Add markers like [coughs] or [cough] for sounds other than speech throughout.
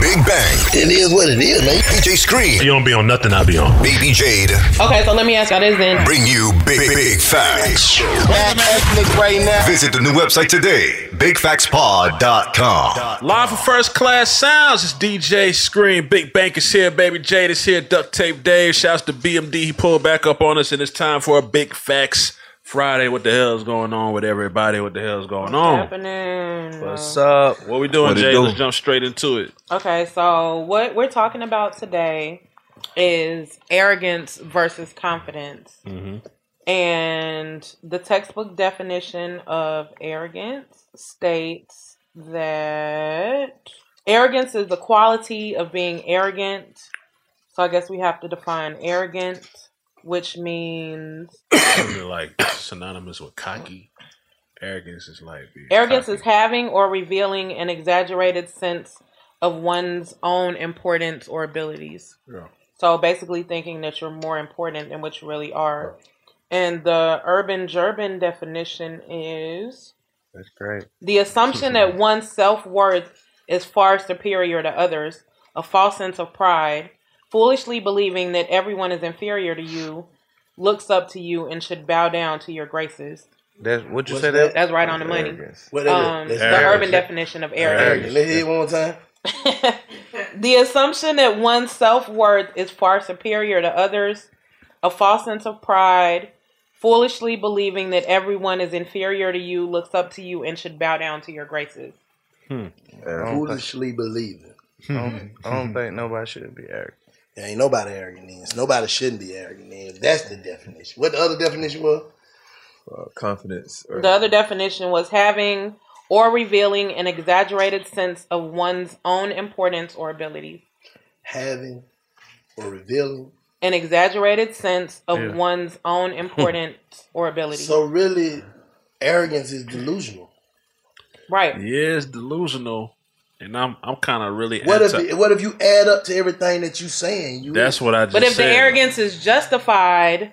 Big Bang. It is what it is, man. BJ Screen. You don't be on nothing I be on. Baby Jade. Okay, so let me ask y'all this then. Bring you big, big, big facts. right now. Visit the new website today. BigFactsPod.com. Live for First Class Sounds. It's DJ Scream. Big Bank is here. Baby Jade is here. Duct Tape Dave. Shouts to BMD. He pulled back up on us, and it's time for a Big Facts Friday. What the hell's going on with everybody? What the hell's going on? Happening. What's up? What we doing, What it Jay? do? Let's jump straight into it. Okay, so what we're talking about today is arrogance versus confidence. Mm-hmm. And the textbook definition of arrogance states that arrogance is the quality of being arrogant. So I guess we have to define arrogant, which means Something like synonymous with cocky. Arrogance is like being Arrogance cocky. is having or revealing an exaggerated sense of one's own importance or abilities. Yeah. So basically, thinking that you're more important than what you really are. And the urban gerban definition is That's great. the [laughs] assumption that one's self worth is far superior to others, a false sense of pride, foolishly believing that everyone is inferior to you, looks up to you, and should bow down to your graces. That's what you What's say. that? That's right on the money. What is it? Um, Let's the hear it. urban definition of arrogance. Arrogance. Let's hear it one more time. The assumption that one's self worth is far superior to others, a false sense of pride, foolishly believing that everyone is inferior to you, looks up to you, and should bow down to your graces. Hmm. Foolishly believing. Hmm. I don't, I don't think nobody should be arrogant. There ain't nobody arrogant then. So nobody shouldn't be arrogant then. If that's the definition. What the other definition was? Uh, confidence. Or, The other definition was having or revealing an exaggerated sense of one's own importance or abilities. Having or revealing. An exaggerated sense of Yeah. one's [laughs] own importance or ability. So really, arrogance is delusional. right. Yeah, it's delusional, and I'm I'm kind of really. What if anti- it- what if you add up to everything that you saying? You That's what I just But if the said. arrogance is justified,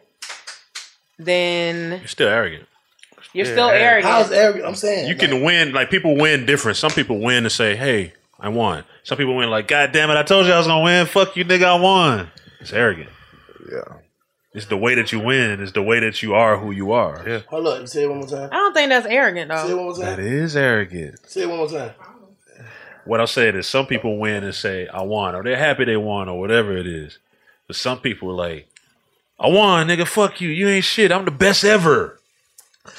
then You're still arrogant. You're Yeah, still arrogant. arrogant. How's arrogant? I'm saying, you can win. Like people win different. Some people win and say, "Hey, I won." Some people win like, "God damn it, I told you I was gonna win. Fuck you, nigga, I won." It's arrogant. Yeah. It's the way that you win. It's the way that you are who you are. Yeah. Hold up. Say it one more time. I don't think that's arrogant though. Say it one more time. That is arrogant. Say it one more time. What I'm saying is, some people win and say, "I won," or they're happy they won, or whatever it is. But some people like, "I won, nigga. Fuck you. You ain't shit. I'm the best ever."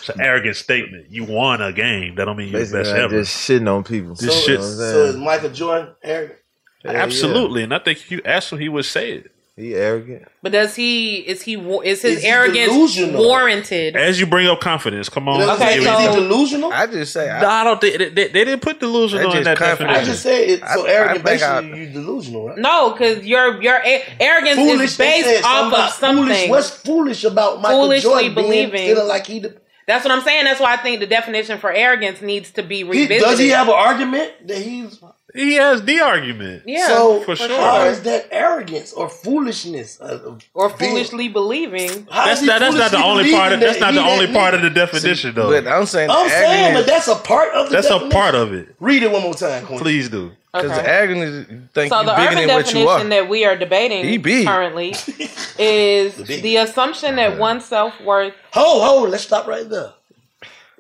It's an arrogant statement. You won a game. That don't mean you're the Basically, best I'm ever. just shitting on people. This You shit- know what I'm So saying? is Michael Jordan arrogant? Absolutely, and I think if you asked him, he would say it. He arrogant. But does he? Is he? wa- Is his Is he arrogance delusional? warranted? As you bring up confidence, come on. Okay, Give me so- something. delusional? I just say I, No, I don't think they, they, they didn't put delusional That in just that confidence. definition. I just said it. So I- I arrogant, think I- basically, you delusional, right? No, because your your a- arrogance is they said based off something of about foolish. something. What's foolish about Michael Foolishly Jordan believing. being feeling like he? the- That's what I'm saying. That's why I think the definition for arrogance needs to be he- revisited. does he have an argument that he's? He has the argument. Yeah, so for sure. How is that arrogance or foolishness of- of or being- foolishly believing? How That's is he not- that's not the foolishly only part of- believing that's that not he the that only nigga? part of the definition, though. But I'm saying I'm saying, arrogance- but that's a part of the. That's a definition. part of it. Read it one more time, Queen. Please do. Because Okay. arrogance is you think so you're the bigger urban than what you are. definition that we are He debating [laughs] big. currently is the assumption that one's self worth. Ho ho! Let's stop right there.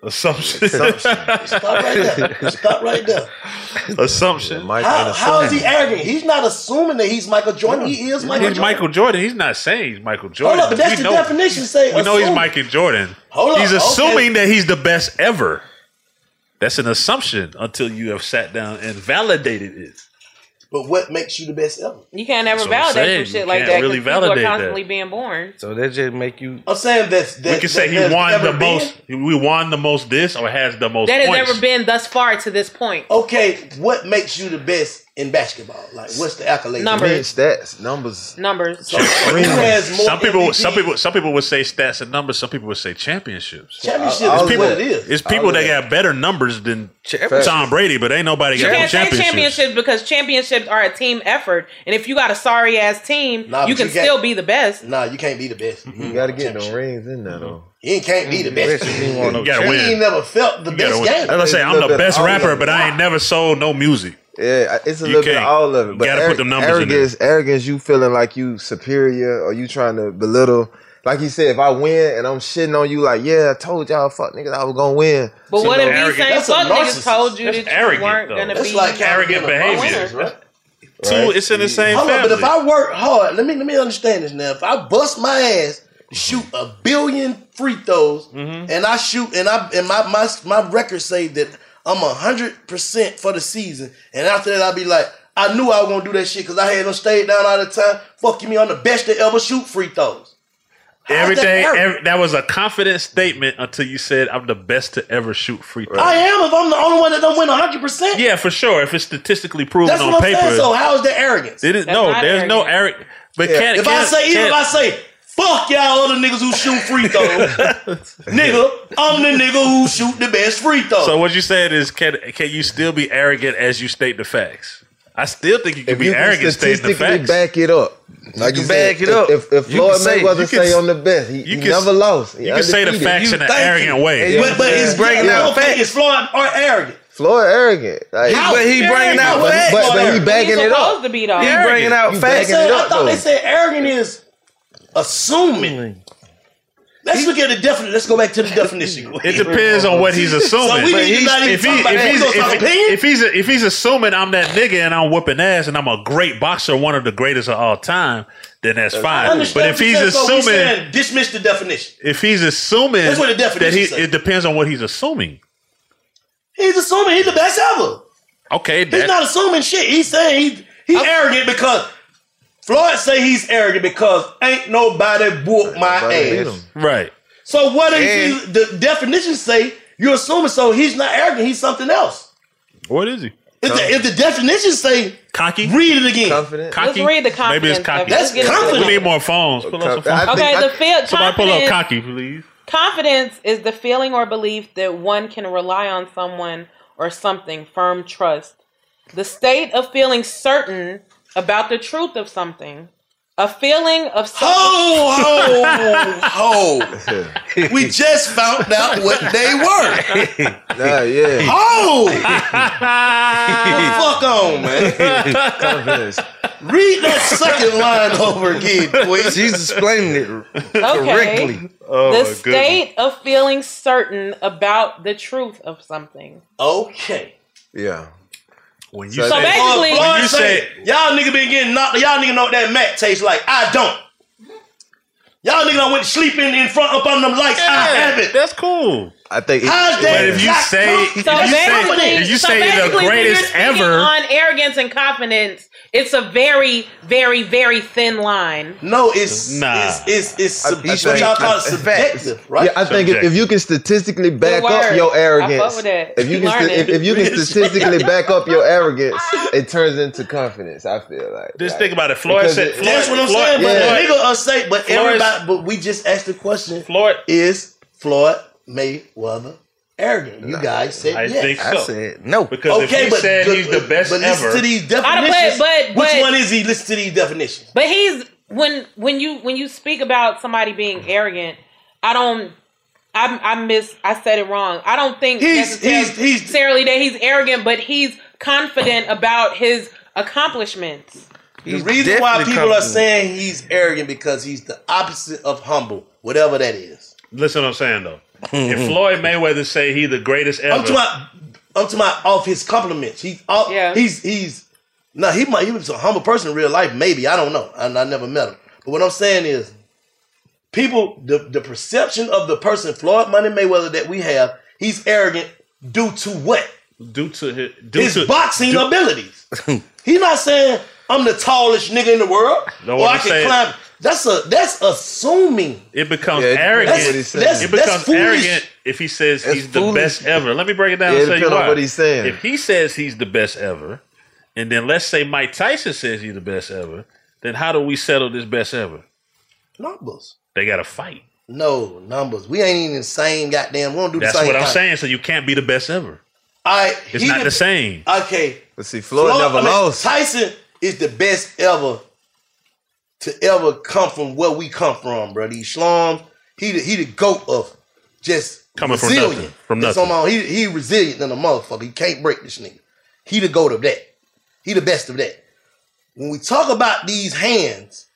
Assumption. Stop right there. Stop right there. Assumption. How, how is he arrogant? He's not assuming that he's Michael Jordan. He is Michael he's Jordan. Michael Jordan. He's not saying he's Michael Jordan. Hold up, but that's We the know- definition. Say We know he's assume. Michael Jordan. Hold up, he's okay. assuming that he's the best ever. That's an assumption until you have sat down and validated it. But what makes you the best ever? You can't ever That's what I'm validate saying. some You shit like can't that. 'cause really people validate are that. constantly being born. So that just make you. I'm saying that's that. we can say that- he that's won ever the most. We won the most this, or has the most that has points. ever been thus far to this point. Okay, what makes you the best in basketball? Like, what's the accolade? Numbers. Stats, numbers. Numbers. So, who has more some people, MVP? some people, some people would say stats and numbers. Some people would say championships. Championships It's is people, what it is. It's people that got better numbers than Championships. Tom Brady, but ain't nobody You got no can't say championships. championships because championships are a team effort, and if you got a sorry ass team, Nah, you but can you can't- still be the best. Nah, you can't be the best. You gotta get them rings in there though. He can't be the best. You ain't want no You gotta He win. ain't never felt the You gotta best win. game. As I say, I'm the Little bit best of all rapper, of it. but I ain't never sold no music. Yeah, it's a You little bit can't. of all of it. But You gotta put them numbers in there. arrogance, arrogance, you feeling like you superior or you trying to belittle. Like you said, if I win and I'm shitting on you, like yeah, I told y'all, fuck niggas, I was gonna win. But what if Arrogant. these same That's a fuck niggas narcissist. told you That's that you arrogant, weren't though. gonna That's be like arrogant behavior. winners, right? Two, it's in the same Hold family. on, but if I work hard, let me let me understand this now. If I bust my ass, shoot a billion free throws, Mm-hmm. and I shoot and I and my my, my record say that I'm hundred percent for the season, and after that I'll be like, I knew I was gonna do that shit because I had them stayed down all the time. Fucking me on the best to ever shoot free throws. How's that Everything arrogant? every, that was a confident statement until you said, "I'm the best to ever shoot free throws." I am if I'm the only one that don't win hundred percent. Yeah, for sure. If it's statistically proven That's on what I'm paper, saying. So how is that arrogance? it is, no, there's no arrogant. But Yeah. can, if I can- say even can- if I say fuck y'all other niggas who shoot free throws, [laughs] nigga, I'm the nigga who shoot the best free throw. So what you said is, can can you still be arrogant as you state the facts? I still think you can If be you can arrogant stating the statistically facts. back it up, like you you back it said, up. If, if You Floyd can say- Mayweather you say can- on the best, he, you he can- never lost. He you can say the undefeated. facts in an arrogant way. Yeah, but but it's breaking yeah, out. okay. Okay, it's Floyd or arrogant. Floyd arrogant. Like, How But he bringing out but, facts. But, but he backing it up. be He bringing out You facts. said- I thought they said arrogant is assuming. Let's look at the definition. Let's go back to the definition. It depends on what he's assuming. so we But need to not even if, he, talk about if, he's, that. if, If, he- if he's if he's assuming I'm that nigga and I'm whooping ass and I'm a great boxer, one of the greatest of all time, then that's I fine. understand But if what he's you're saying, but we assuming, saying dismiss the definition. if he's assuming That's what the that he, definition say. it depends on what he's assuming. He's assuming he's the best ever. Okay, He's that, not assuming shit. He's saying he he's arrogant because Floyd say he's arrogant because ain't nobody whoop my beat ass. right. So what is he, the definition say? You're assuming so he's not arrogant. He's something else. What is he? If the, if the definition say cocky, read it again. Confident. Cocky? Let's read the confidence Maybe it's cocky. of it. Let's get into the We need confidence. more phones. Pull up some I phones. think- Okay, the field- Somebody pull up confidence- cocky, please. Confidence is the feeling or belief that one can rely on someone or something, firm trust. The state of feeling certain about the truth of something. A feeling of something. Oh, ho, ho. We just found out what they [laughs] were. Nah, yeah. [laughs] Oh! fuck on, [laughs] man. Confidence. Read that second line over again, [laughs] please. Jesus explained it Okay. Oh, Oh, the state of feeling certain about the truth of something. Okay. Yeah. When you So say- basically- Lord When you say, y'all nigga been getting knocked. Y'all nigga know what that mat tastes like. I don't. Y'all nigga done went sleeping in front up on them lights. I haven't. That's cool. I think. How's But that? if you exact say, com- if you say, if you so say the basically, when you're greatest speaking ever, on arrogance and confidence, it's a very, very, very thin line. No, it's Nah. it's it's, it's sub- I it's what y'all think- call I- subjective, right? Yeah, I think if, if you can statistically back up word. your I fuck arrogance, with that. if you Keep can, sta- learning. if, if you [laughs] can statistically back up your arrogance, it turns into confidence. I feel like just think about it. Floyd Because said, it- Floyd, That's what I'm Floyd- saying. But Floyd- nigga are say, but Floyd- everybody, but we just asked the question: Floyd, Is Floyd Mayweather arrogant? You guys said I yes. think so. no. because if he said he's the best but ever, listen to these don't- but- definitions. but- but- Which one is he? Listen to these definitions. But he's when when you when you speak about somebody being arrogant, I don't. I, I miss. I said it wrong. I don't think He's- necessarily he's- he's- necessarily that he's arrogant, but he's confident about his accomplishments. the reason why people are saying he's arrogant because he's the opposite of humble, whatever that is. listen, what I'm saying though, Mm-hmm. if Floyd Mayweather say he the greatest I'm to ever, my, I'm to my off his compliments. He's off, he's he's no, he might he was a humble person in real life. Maybe I don't know. I, I never met him. But what I'm saying is, people the the perception of the person Floyd Money Mayweather that we have, he's arrogant due to what due to his, due his to, boxing due- abilities. he's not saying I'm the tallest nigga in the world No, or what I I'm can saying- climb. That's a that's assuming. It becomes Yeah, it depends arrogant. on what he's saying. That's- it that's becomes foolish. arrogant if he says That's he's the foolish. best ever. Let me break it down and Yeah, it tell you depends on why. what he's saying. If he says he's the best ever, and then let's say Mike Tyson says he's the best ever, then how do we settle this best ever? Numbers. They got to fight. No numbers. We ain't even the same goddamn. We don't do That's the same. what I'm thing. saying. So you can't be the best ever. I It's not the same. Okay, But see, Floyd, Floyd- never I mean, lost. Tyson is the best ever to ever come from where we come from, bro. These slums. He the, he the goat of just Coming from resilient. nothing, from That's nothing. what I'm on. he he resilient than a motherfucker. He can't break this nigga. He the goat of that. He the best of that. When we talk about these hands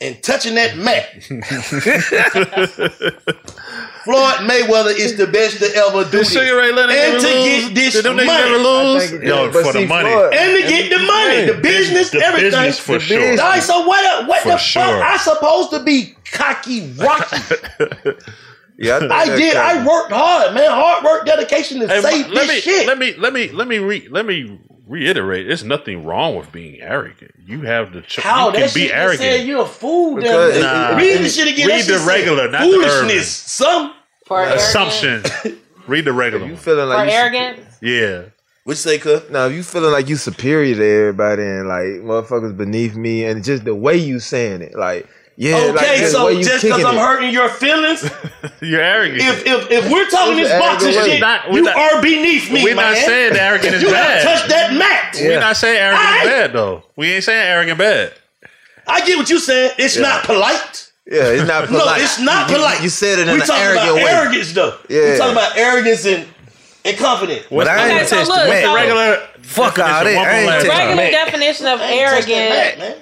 and touching that mat, [laughs] Floyd Mayweather is the best to ever do this. Ray and to get this money. Yo, for the money. And to get the money, the business, The everything. business for sure. Dog, so what? The, what For the sure. fuck? I supposed to be cocky, [laughs] rocky. Yeah, I, think I that's did. confidence. I worked hard, man. Hard work, dedication to Hey, save let this me, shit. Let me let me let me re, let me reiterate. There's nothing wrong with being arrogant. You have the ch- How you can that be shit arrogant. Said you're a fool. down Because there. it- it- read the shit again. Read That shit the said regular, not the urban. foolishness. Some For arrogance, Assumption. [laughs] Read the regular You one. feeling for like you, arrogance, Yeah. what you say, cuz? now if you feeling like you superior to everybody and like motherfuckers beneath me and just the way you saying it, like yeah, Okay, like, just the so way you just kicking because I'm it. hurting your feelings, if [laughs] You're arrogant. if if we're talking It's this an boxing arrogant way. shit, Not- we're you not- are beneath me, we're my not man. saying that arrogant is you bad. have touched that mat. We're not saying arrogant I- is bad though. We ain't saying arrogant bad. I get what you saying. It's not polite. Yeah, it's not No, polite. it's not You- you- polite. You, said it in we an talking arrogant about way. arrogance, though. Yeah. we talking about arrogance and and confidence. But I Okay, ain't so touched look, the so- mat. Regular Fuck out definition, it. one I more ain't last touched time. the regular mat. definition of I ain't touching that, arrogant man.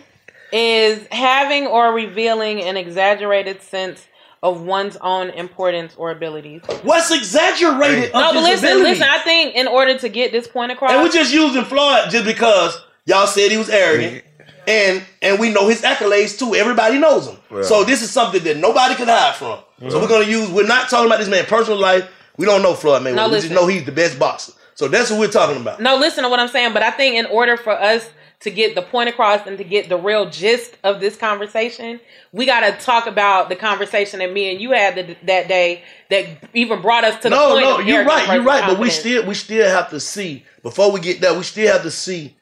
is having or revealing an exaggerated sense of one's own importance or abilities. What's exaggerated? No, of but his listen, ability? listen. I think in order to get this point across, And we're just using Floyd just because y'all said he was arrogant. And and we know his accolades too. Everybody knows him. Right. So this is something that nobody could hide from. So Mhm. we're gonna use we're not talking about this man's personal life. We don't know Floyd Mayweather. No, we just listen. know he's the best boxer. So that's what we're talking about. No, listen to what I'm saying, but I think in order for us to get the point across and to get the real gist of this conversation, we got to talk about the conversation that me and you had th- that day that even brought us to the no, point. no, of you're arrogance right, you're versus right. But we confidence. still we still have to see before we get there. We still have to see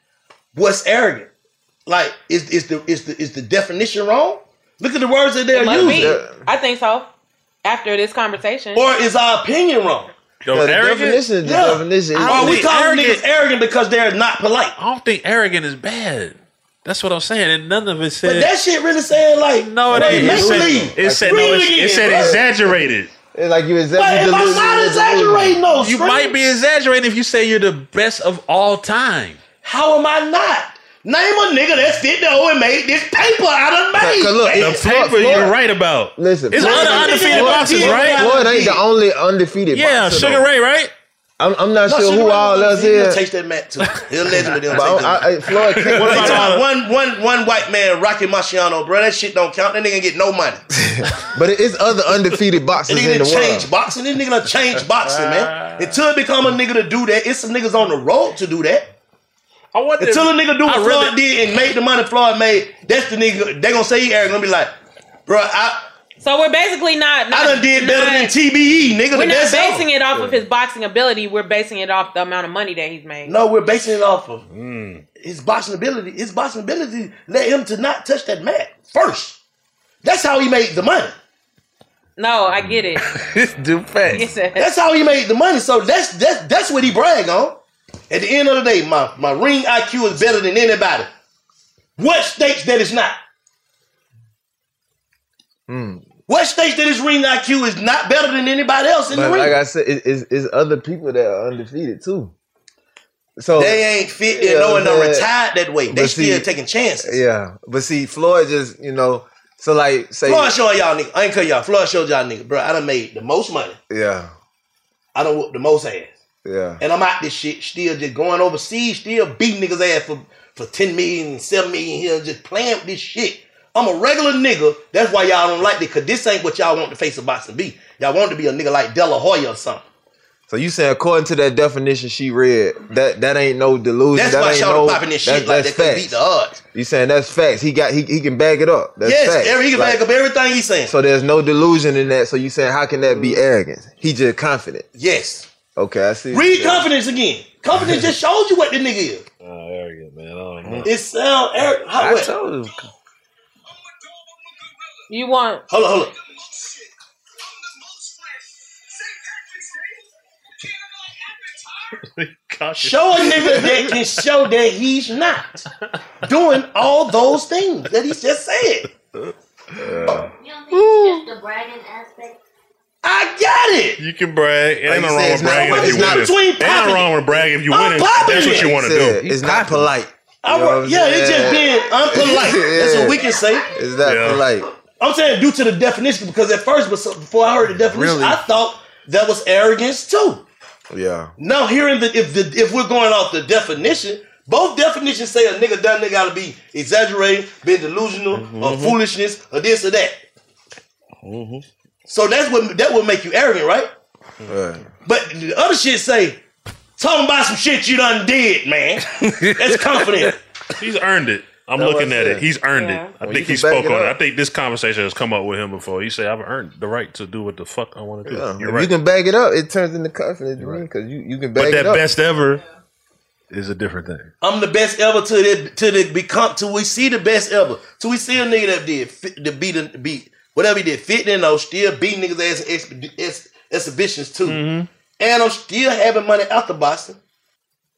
what's arrogant. Like is is the is the is the definition wrong? Look at the words that they're It must using. be. I think so. After this conversation, [laughs] Or is our opinion wrong? Yo, Yeah, the arrogant? definition is the definition. I Are don't we think calling arrogant- niggas arrogant because they're not polite? I don't think arrogant is bad. That's what I'm saying, and none of it said. But that shit really saying like no, it ain't. It said, it said, no, it- it said exaggerated. It's like you But exaggerated. if I'm not exaggerating, no, you might be exaggerating if you say you're the best of all time. How am I not? Name a nigga that sit there and made this paper I done made. the paper you're right about. Listen, it's Floyd- other undefeated Floyd- boxers, right? Floyd ain't the only undefeated. Yeah, boxer, Sugar though. Ray, right? I'm, I'm not No, sure Sugar who Ray all Robinson, else he'll is. take that [laughs] mat too. He'll legend But them. I, I, I- Floyd, can't- What about one one one white man, Rocky Marciano, bro? That shit don't count. That nigga get no money. but it is other undefeated This boxers nigga in the done world. change boxing. This nigga done change boxing, man. Until it become a nigga to do that, it's some niggas on the road to do that. I want Until a nigga do what I Floyd really- did and made the money Floyd made, that's the nigga. They gonna say he arrogant. Gonna be like, bro, I so we're basically not. not I done did better than not- TBE, nigga. We're the not best basing ever. it off of his boxing ability. We're basing it off the amount of money that he's made. No, we're basing it off of his boxing ability. His boxing ability led him to not touch that mat first. That's how he made the money. No, I [laughs] get it. Do Yes, facts. sir. That's how he made the money. So that's that's that's what he brag on. At the end of the day, my, my ring IQ is better than anybody. What states that it's not? Hmm. What states that his ring IQ is not better than anybody else in But the ring? like I said, it, it's, it's other people that are undefeated too. So they ain't fit Yeah, and knowing they're man. retired that way. They But still see- taking chances. Yeah, but see, Floyd just you know, so like say, Floyd showing y'all nigga. I ain't cut y'all. Floyd showed y'all nigga, bro. I done made the most money. yeah, I done whooped the most ass. yeah, And I'm out this shit, still just going overseas, still beating niggas ass for, for 10 million and 7 million here, just playing with this shit. I'm a regular nigga. That's why y'all don't like it, because this ain't what y'all want the face of boxing be. Y'all want to be a nigga like De La Hoya or something. So you saying according to that definition she read, that that ain't no delusion. That's that why ain't y'all no, popping this shit like that's that could facts. beat the odds. You saying that's facts. He got he, he can bag it up. That's yes, facts. every, he can Like, back up everything Mm-hmm. he's saying. So there's no delusion in that. So you saying how can that be arrogance? He just confident. Yes. Okay, I see. Read confidence again. Confidence just shows you what the nigga is. [laughs] Oh, arrogant, man. I don't know. It sound arrogant. How, I what? told you. You want Hold on, hold on. Show a nigga that can show that he's not doing all those things that he just said. the bragging aspect. I got it. You can brag. It ain't no wrong said with it's not- bragging if it's you not win. It between ain't no popping wrong with bragging if you I'm win. it. popping That's what it. you want to Said, do. it's not polite. I You know what work, I'm yeah, it's saying? just being unpolite. That's what we can say. It's not Yeah. polite. I'm saying due to the definition because at first, bes- before I heard the definition, Really? I thought that was arrogance too. Yeah. Now hearing that if the if we're going off the definition, both definitions say a nigga done nigga gotta be exaggerating, being delusional, or Mhm. foolishness, or this or that. Mhm. So that's what that would make you arrogant, right? Right. But the other shit say, talking about some shit you done did, man. That's confident. [laughs] He's earned it. I'm That's what looking I at said. it. He's earned Yeah. it. I Well, you think can he spoke back it on it. I up. think this conversation has come up with him before. He said, "I've earned the right to do what the fuck I want to do." Yeah. You're if right. you can bag it up, it turns into confidence because you, you can bag but it that up. best ever is a different thing. I'm the best ever to the to the become to we see the best ever. To we see a nigga that did fit, the beat the beat whatever he did fit in though still beat niggas ass in expe- ex- exhibitions too. And I'm still having money after Boston.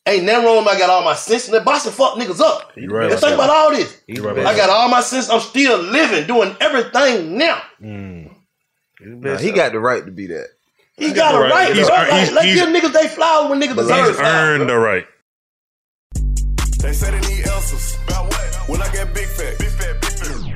Ain't nothing wrong with me. I got all my sense. And Boston fucked niggas up. You right And about think that. about all this. You right about I got all my sense. I'm still living, doing everything now. Nah, he got the right to be that. He got a Right. right. He's bro. earned- Like, he's- let he's- them niggas they flower when niggas He's deserve flowers. earned the right. They say they need answers. About what? When I get big fat. Big fat, big fat.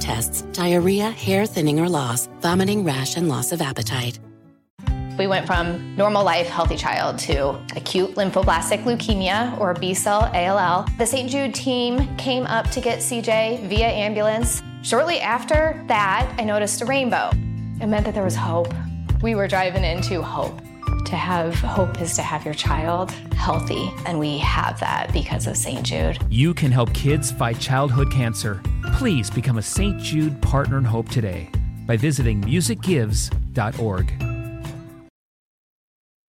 tests, diarrhea, hair thinning or loss, vomiting, rash, and loss of appetite. We went from normal life, healthy child to acute lymphoblastic leukemia or B cell ALL. The St. Jude team came up to get CJ via ambulance. Shortly after that, I noticed a rainbow. It meant that there was hope. We were driving into hope. To have hope is to have your child healthy, and we have that because of St. Jude. You can help kids fight childhood cancer. Please become a St. Jude Partner in Hope today by visiting musicgives.org.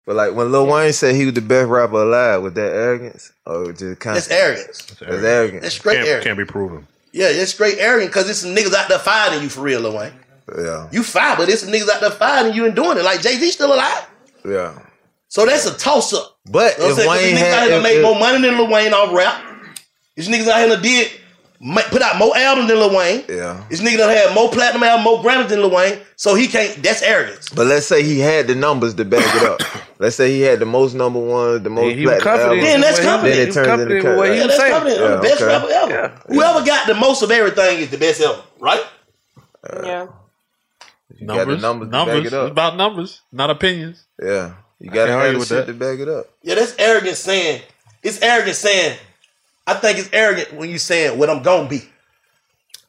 But like when Lil Wayne said he was the best rapper alive with that arrogance, or just kind That's arrogance. That's arrogance. That's straight Can't- arrogance. can't be proven. Yeah, it's straight arrogant because it's some niggas out there fighting you for real, Lil Wayne. Yeah, You fine, but it's some niggas out there fighting you and doing it. Like Jay Z still alive, yeah. so that's a toss up. But You know if what I'm saying? 'Cause Wayne these niggas out had, here if, done made if- more money than Lil Wayne off rap. These niggas out here done did ma- put out more albums than Lil Wayne. yeah. This nigga done had more platinum album, more Grammys than Lil Wayne, so he can't. That's arrogance. But let's say he had the numbers to back [coughs] it up. let's say he had the most number ones, the most he was platinum confident albums. in Then that's the way he- confident. Then it He was turns confident into in the way he was Yeah, that's confidence. saying. confident. I'm the best rapper ever. Whoever got the most of everything is the best ever, right? yeah. You got the numbers, to back numbers. it up. It's about numbers, not opinions. Yeah, you I can't got to argue have the with shit that. to back it up. Yeah, that's arrogant saying. It's arrogant saying. I think it's arrogant when you saying what I'm gonna be.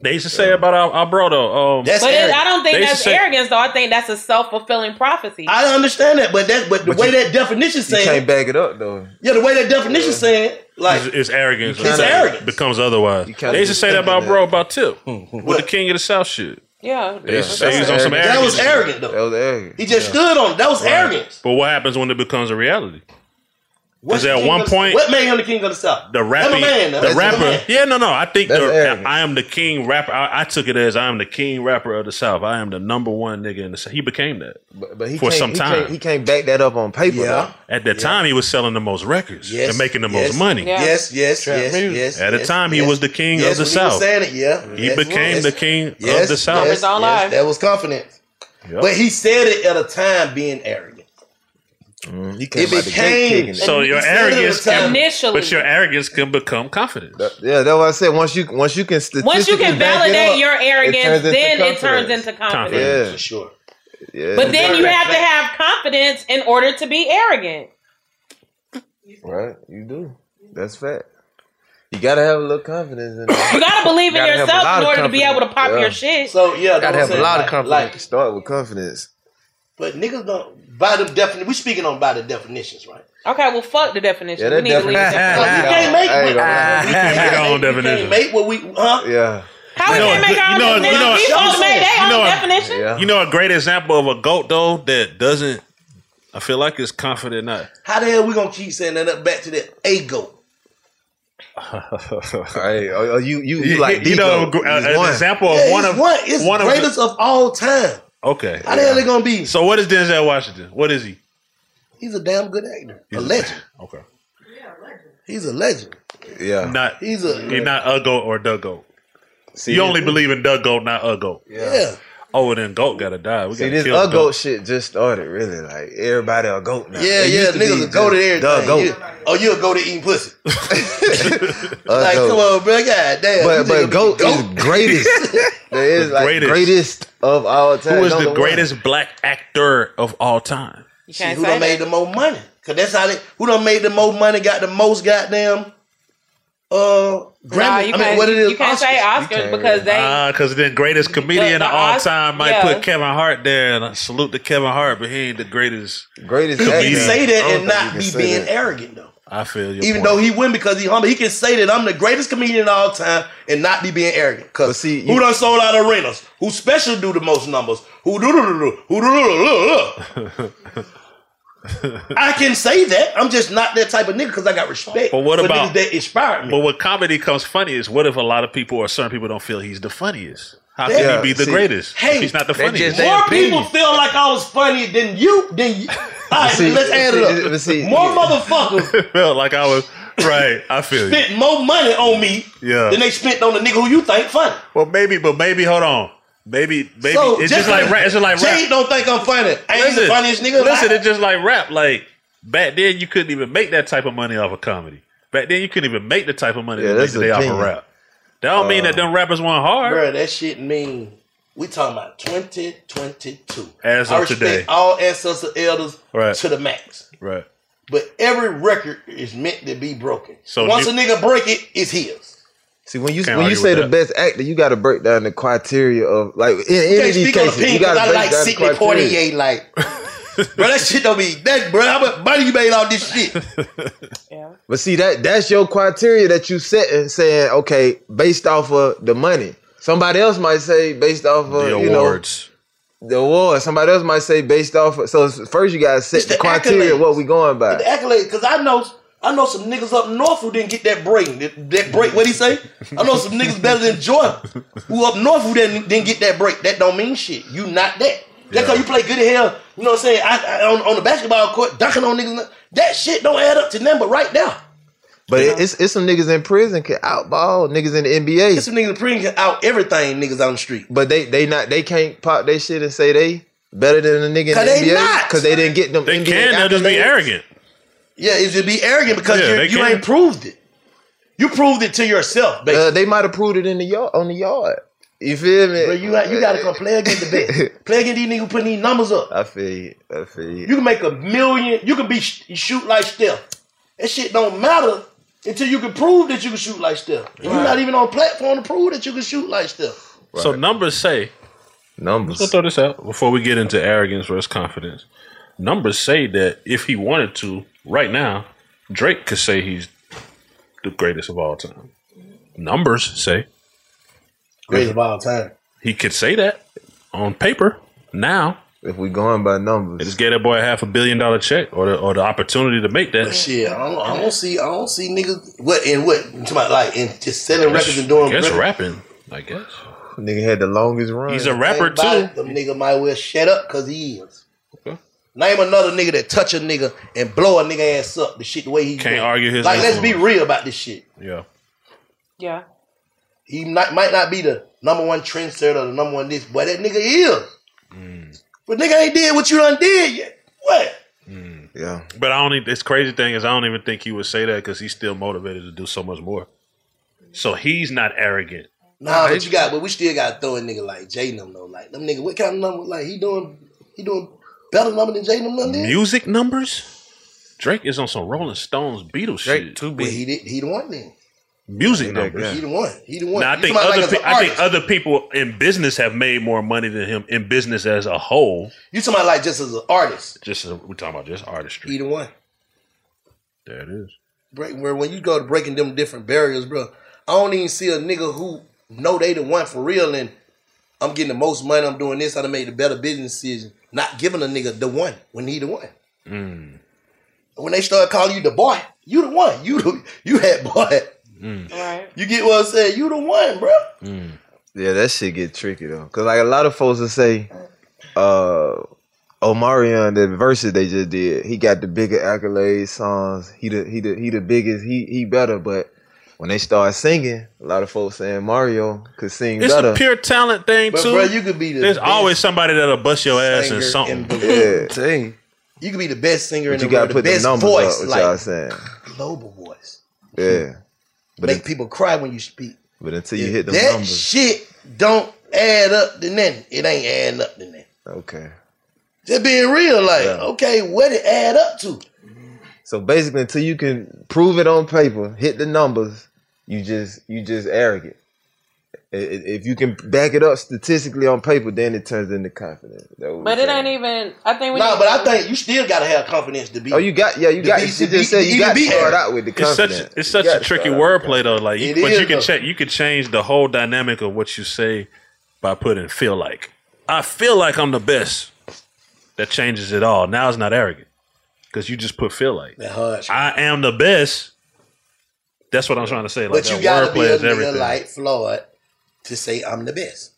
They used to say about our, our bro though. Um, but it, I don't think they used to that's say- arrogance, though. I think that's a self fulfilling prophecy. I understand that, but that but the But way you- that definition You can't saying bag it up though. yeah, the way that definition saying like it's, it's arrogance. You can't- It's It's arrogance. Becomes otherwise. can't They used to say that think about that. bro about Tip with the king of the south shit. Yeah. They used to say he was on some that arrogance. was arrogant though. That was arrogant. He just stood on it. That was Right. arrogance. But what happens when it becomes a reality? Because What's the at king one of the- point, what made him the king of the south? the That's rapping, a man, though. the That's a rapper. man. Yeah, no, no. I think That's the, arrogant. I am the king rapper. I, I took it as I am the king rapper of the South. I am the number one nigga in the South. He became that But, but he for can't, some he time. Can't, he can't back that up on paper. Yeah. though. At that time, he was selling the most records Yes, and making the yes, most money. Yeah. yes, yes, Trap yes, music. yes, At the yes, time, he yes. was the king Yes, of the when he was South. saying it, yeah. He Yes, became yes. the king Yes, of the South. yes, yes, that was confident. Yep. But he said it at a time being arrogant. came Mm-hmm. it out the gate kicking became it. so your He said it at a arrogance time- can, but your arrogance can become confidence. Yeah, that's what I said. Once you once you can statistically Once you can back it validate up, your it arrogance, turns into then it turns confidence. into confidence. Yeah, for sure. Yeah. But then you have to have confidence in order to be arrogant. right. You do. That's fact. You gotta have a little confidence. In it. You gotta believe in Gotta have a yourself lot in of order to be able to confidence. pop Yeah. your shit. So yeah, gotta that's what have I'm a lot of saying, confidence. like- to start with confidence. But niggas don't by the definition. We speaking on by the definitions, right? Okay, well, fuck the definition. Yeah, we that need to leave definition- that. Well, alone. we can't make Ah, I one. ain't gonna We can't make our own we can't definition. Make what we, huh? Yeah. How we You know can't what- make our you own know what- you definition? know These what- folks made their you know own what- definition. You know, a great example of a goat though that doesn't. I feel like it's confident not. How the hell we gonna keep saying that up back to the a goat? [laughs] Hey, oh, oh, you you you like [laughs] you know Devo. a- He's an one. example of Yeah, one it's of one. It's one greatest of, all time. Okay. How the hell they gonna be? So what is Denzel Washington? What is he? He's a damn good actor, He's a legend. Okay. He's a legend. Yeah. Not He's a he's not a goat or the goat. you only believe in the goat, not a goat. yeah. Oh, then goat gotta die. [coughs] We See, gotta this kill a the goat shit just started. Really, like everybody a goat now. Yeah, It yeah, used to niggas be will go to just everything. the goat. Yeah. Oh, you'll go to eating [laughs] pussy. [laughs] A like, goat. come on, bro. God damn. Uh, But you niggas but be goat, is greatest. there is like greatest. greatest. of all time. Who is No, the one. greatest black actor of all time? You See, can't who say done that. made the most money? Cause that's how they. Who done made the most money? Got the most goddamn. Uh, Grammy. Nah, you I mean, can't- what it is? You can't say Oscars. Oscars because they. Ah, because then greatest comedian the of all Os- time might yeah. put Kevin Hart there, and I salute to Kevin Hart, but he ain't the greatest. Greatest. He actor. can say I that don't and think you not can be say being that. arrogant though. I feel you. Even though he win because he humble, he can say that I'm the greatest comedian of all time and not be being arrogant. But Cause see, who you- done sold out arenas? Who special do the most numbers? Who do do do do? Who do do do do? do? I can say that. I'm just not that type of nigga because I got respect. But what for about- niggas that inspired [laughs] me? But what comedy comes funny is what if a lot of people or certain people don't feel he's the funniest? How can Yeah, he be the see, greatest? hey, if he's not the that funniest. just ain't- More their people opinion. feel like I was funnier than you. Than [laughs] you. All right, See, let's add see, it up. but see, more yeah. [laughs] motherfuckers felt like I was right. I feel you. spent more money on me Yeah. than they spent on the nigga who you think funny. Well, maybe, but maybe hold on. Maybe, maybe So, it's just, Jay- like rap. It's just like Jay rap. don't think I'm funny. I ain't the funniest nigga. listen, alive. it's just like rap. Like back then, you couldn't even make that type of money off of comedy. Back then, you couldn't even make the type of money that Yeah, they make that's today off of opinion. rap. That don't mean Uh, that them rappers weren't hard. Bruh, that shit mean we talking about 2022. As I of respect today. all ancestor elders Right. to the max. Right. But every record is meant to be broken. So So once you- a nigga break it, it's his. See when you Can't when you argue say with the that. best actor, you got to break down the criteria of like in any Can't of these speak on cases. opinion you because got I to break like down the Sidney criteria. Poitier. Like, bro, that shit don't be that, bro. How much money you made all this shit? But see that that's your criteria that you setting, saying okay, based off of the money. Somebody else might say based off of The you know awards. the award. Somebody else might say based off. Of, so first you got to set It's the, the criteria accolades. of what we going by. The accolade, because I know. I know some niggas up north who didn't get that break. That, that break, what he say? I know some niggas better than Jordan who up north who didn't, didn't get that break. That don't mean shit. You not that. That's how you play good as hell. You know what I'm saying? I, I, on, on the basketball court, dunking on niggas. That shit don't add up to them, but right now. But it- it's it's some niggas in prison can outball niggas in the NBA. It's some niggas bring out everything niggas on the street. but they they not they can't pop their shit and say they better than a nigga in 'Cause the they NBA not. because they didn't get them. They NBA can. They'll just be accolades. arrogant. Yeah, it's just be arrogant because Yeah, you- they you, can. ain't proved it. You proved it to yourself, basically. Uh, they might have proved it in the yard on the yard. You feel me? Bro, you, you gotta come play against the [laughs] best. play against these niggas who putting these numbers up. I feel you. I feel you. You can make a million. You can be sh- shoot like Steph. That shit don't matter until you can prove that you can shoot like Steph. And You're not even on platform to prove that you can shoot like Steph. So numbers say numbers. Let's throw this out before we get into arrogance versus confidence. Numbers say that if he wanted to, right now, Drake could say he's the greatest of all time. Numbers say Greatest of all time. he could say that on paper now. If we going by numbers, they just gave that boy a half a billion dollar check or the, or the opportunity to make that. But shit, I don't, I don't see, I don't see niggas what in what to my like in just selling records and doing. That's records. rapping, I guess. Nigga had the longest run. He's a rapper Ain't about too. it. Them nigga might well shut up because he is. Name another nigga that touch a nigga and blow a nigga ass up. The shit the way he Can't went. argue his Like, let's be influence. real about this shit. Yeah. Yeah. He not, might not be the number one trendsetter or the number one this, but that nigga is. Mm. But nigga ain't did what you done did yet. What? Yeah. But I don't. e- This crazy thing is, I don't even think he would say that because he's still motivated to do so much more. So he's not arrogant. Nah, but you got, but we still got to throw a nigga like Jay and them though. Like them nigga, what kind of number? Like he doing, he doing better number than Jay and them done did. Music numbers. Drake is on some Rolling Stones, Beatles shit. Too But he did, he the one then. Music He numbers. the one. He the one. Now I You think talking about other like as pe- an I think artist. other people in business have made more money than him in business as a whole. You talking about like just as an artist? Just as- we're talking about just artistry. He the one. There it is. Break, where when you go to breaking them different barriers, bro, I don't even see a nigga who know they the one for real and I'm getting the most money, I'm doing this, I done made a better business decision. Not giving a nigga the one when he the one. Mm. When they start calling you the boy, you the one. You [laughs] the, you had boy. Mm. Right. You get what I'm saying? You the one, bro. Yeah, that shit get tricky though. Cause like a lot of folks will say, uh Omarion, the verses they just did, he got the bigger accolades songs. He the he the he the biggest, he he better, but when they start singing, a lot of folks saying Mario could sing It's better. a pure talent thing But, too. bruh, you could be the There's best always somebody that'll bust your ass in singer something. in yeah, dang. You could be the best singer But in you the world, gotta the put the best numbers voice, up, what y'all like [laughs] saying. global voice. Yeah. But Make it- people cry when you speak. But until you hit them that numbers. shit don't add up to nothing. It ain't adding up to nothing. okay. Just being real, like, okay, what it add up to? So basically, until you can prove it on paper, hit the numbers, you just you just arrogant. I- i- If you can back it up statistically on paper, then it turns into confidence. That what we But it saying. ain't even. I think we. Nah, need but to- I think you still gotta have confidence to be. Oh, you got yeah, you to got. be- You to be- [laughs] just said to you got to even be start arrogant. out with the It's such confidence. it's such You a gotta tricky start out with wordplay though. Like, you, It but is, you can though. check you can change the whole dynamic of what you say by putting feel like. I feel like I'm the best. That changes it all. Now it's not arrogant because you just put feel like. That hush. I am the best. That's what I'm trying to say. Like but you that gotta be wordplay a is nigga everything. like Floyd to say I'm the best.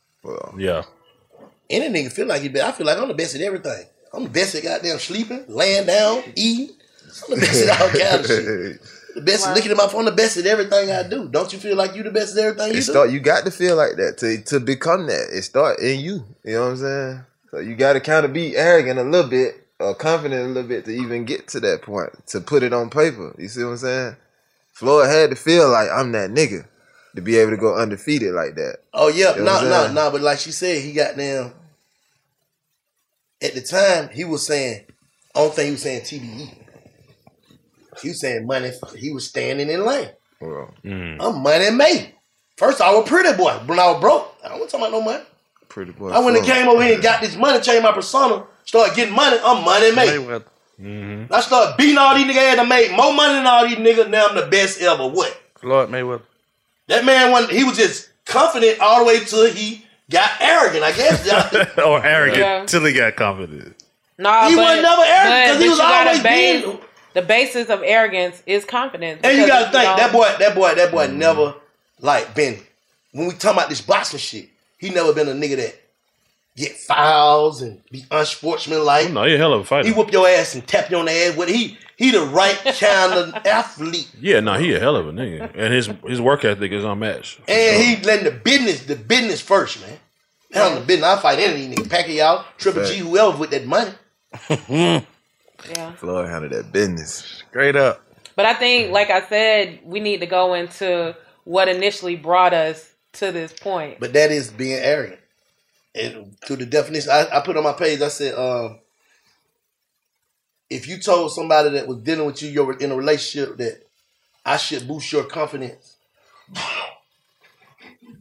yeah, [laughs] Any nigga feel like he best. I feel like I'm the best at everything. I'm the best at goddamn sleeping, laying down, eating. I'm the best at all kinds of shit. [laughs] The best at looking at my phone. The best at everything I do. Don't you feel like you the best at everything you It do? start. You got to feel like that to to become that. It start in you. You know what I'm saying? So you got to kind of be arrogant a little bit or confident a little bit to even get to that point to put it on paper. You see what I'm saying? Floyd had to feel like I'm that nigga to be able to go undefeated like that. Oh yeah, You know what no, I'm no, saying? no. But like she said, he got down. At the time, he was saying, only thing he was saying TDE. He was saying money. He was standing in lane. Well, Mm. I'm money made. First, I was pretty boy. When I was broke, I wasn't talking about no money. pretty boy. I went and Floyd. came over here and got this money, changed my persona, started getting money. I'm money made. Mm-hmm. I started beating all these niggas and made more money than all these niggas. Now I'm the best ever. What? Floyd Mayweather. That man, when he was just confident all the way till he got arrogant. I guess. or arrogant Yeah. till he got confident. Nah, He Ah, but- wasn't never arrogant but- 'cause he but was you gotta always base- being- The basis of arrogance is confidence. And you because gotta if think that don't- boy, that boy, that boy never like been. When we talking about this boxing shit, he never been a nigga that get fouls and be unsportsmanlike. No, you're a hell of a fighter. He whoop your ass and tap you on the ass. What he he the right kind of athlete, yeah, no, he a hell of a nigga, and his his work ethic is unmatched. and he letting the business the business first, man. Hell, the business. I fight any nigga, Pacquiao, Triple G, Fact. whoever with that money. [laughs] Yeah. Floyd handled that business straight up. But I think, like I said, we need to go into what initially brought us to this point. But that is being arrogant. And to the definition, I, I put on my page, I said, um, if you told somebody that was dealing with you, you're in a relationship that I should boost your confidence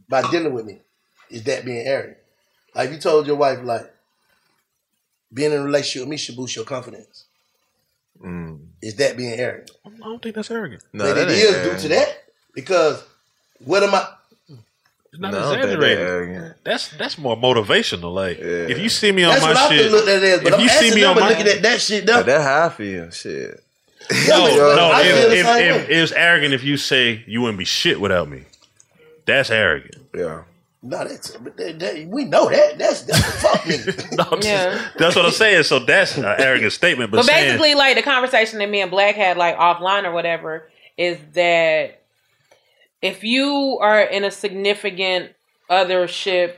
by dealing with me. Is that being arrogant? Like if you told your wife, like, being in a relationship with me should boost your confidence. Is that being arrogant? I don't think that's arrogant. but it is due to Mm. that because what am I? It's not No, I don't think they're exaggerating. That's that's more motivational. Like if you see me on That's my what I shit, feel looked at as. But if I'm you see asking me them on but my looking at that shit. Though. That's how I [laughs] feel. Shit. no, Yeah, no, I feel if, the if, same if- it's arrogant if you say you wouldn't be shit without me. That's arrogant. Yeah. No, that's but that, that, we know that. That's that's fuck me. Yeah. That's what I'm saying. So that's an arrogant statement. But, But saying, basically, like the conversation that me and Black had, like offline or whatever, is that if you are in a significant othership,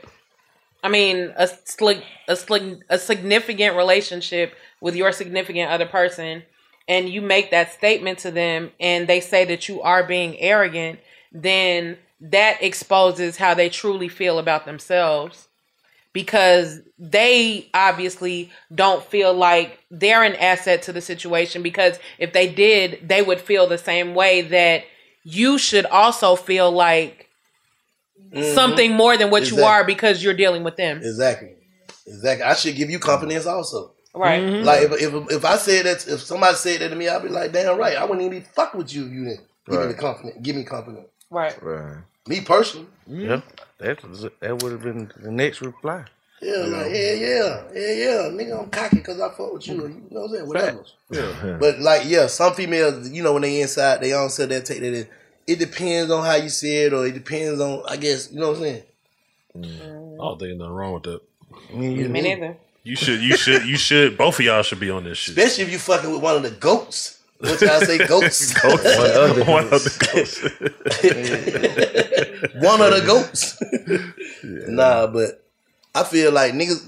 I mean, a slig, a slig, a significant relationship with your significant other person, and you make that statement to them, and they say that you are being arrogant, then that exposes how they truly feel about themselves because they obviously don't feel like they're an asset to the situation because if they did they would feel the same way that you should also feel like Mhm. something more than what Exactly. you are because you're dealing with them Exactly. Exactly. I should give you confidence also. Right. Mhm. Like if, if if I said that if somebody said that to me, I'd be like, damn right, I wouldn't even be fuck with you if you didn't give me Right. the confidence. Give me confidence. right Right. Me personally. Yeah, that was, that would have been the next reply. Yeah, like, yeah, yeah, yeah, yeah. Nigga, I'm cocky because I fuck with you. You know what I'm saying? Whatever. Yeah. But like, yeah, some females, you know, when they inside, they don't say that, take that. in. It depends on how you see it, or it depends on, I guess, you know what I'm saying. I don't think there's nothing wrong with that. Me neither. You should, you should, you should. Both of y'all should be on this shit. Especially if you fucking with one of the goats. What y'all say, goats? [laughs] Goats. One of the One of goats. [laughs] one of the goats. Nah, but I feel like niggas,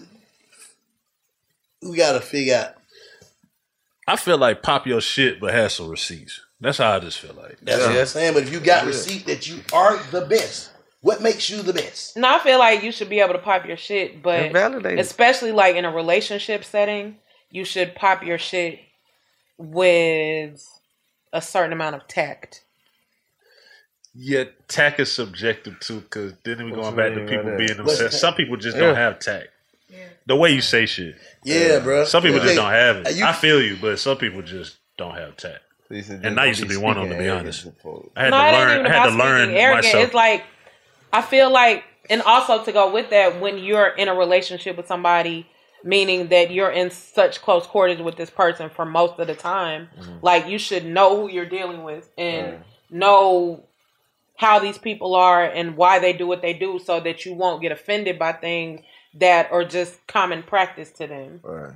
we gotta figure out. I feel like pop your shit, but have some receipts. That's how I just feel like. That's what I'm saying. But if you got receipt that you are the best, what makes you the best? No, I feel like you should be able to pop your shit, but And validate it. especially like in a relationship setting, you should pop your shit with a certain amount of tact. Yeah, tact is subjective too, because then we're going you back to mean by people that? being What's themselves. tact? Some people just Yeah. don't have tact. The way you say shit. Yeah, bro. Some people Yeah. just don't have Are it. you- I feel you, but some people just don't have tact. And I used to be one of them, to be honest. I had no, to it ain't learn. I even had to about learn speaking arrogant. myself. It's like I feel like, and also to go with that, when you're in a relationship with somebody, meaning that you're in such close quarters with this person for most of the time, Mm-hmm. like you should know who you're dealing with and know how these people are and why they do what they do, so that you won't get offended by things that are just common practice to them. Right.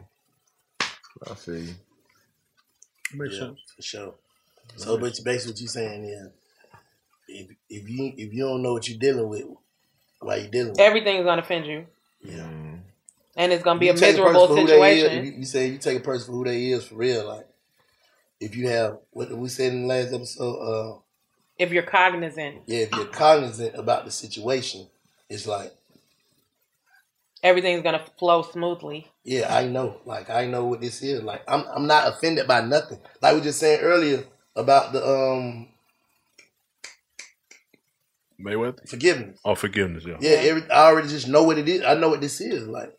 I feel you. Makes sense. For sure. So, but basically, what you're saying is, if if you if you don't know what you're dealing with, why you dealing with? it? Everything's gonna offend you, Yeah. and it's gonna be You a take person miserable for who they is, situation. if you, you say you take a person for who they is for real. Like, if you have what we said in the last episode, uh, if you're cognizant, yeah, if you're cognizant about the situation, it's like, everything's gonna flow smoothly. yeah, I know, like I know what this is. Like, I'm I'm not offended by nothing. Like we just saying earlier about the um Mayweather? forgiveness. Oh, forgiveness, yeah. Yeah, every, I already just know what it is. I know what this is. Like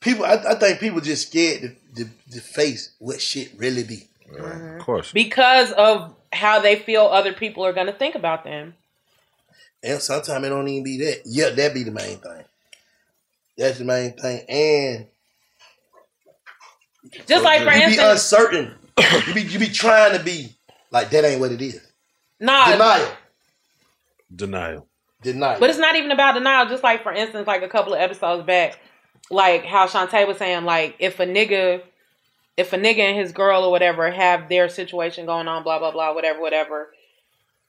people, I, I think people just scared to, to, to face what shit really be. Of course. because of how they feel other people are going to think about them. And sometimes it don't even be that. Yeah, that be the main thing. That's the main thing. And Just like, for you be instance- uncertain. you be you be trying to be like that ain't what it is. Nah, Denial. Denial. Denial. but it's not even about denial. Just like for instance, like a couple of episodes back, like how Shantae was saying, like if a nigga, if a nigga and his girl or whatever have their situation going on, blah blah blah, whatever, whatever.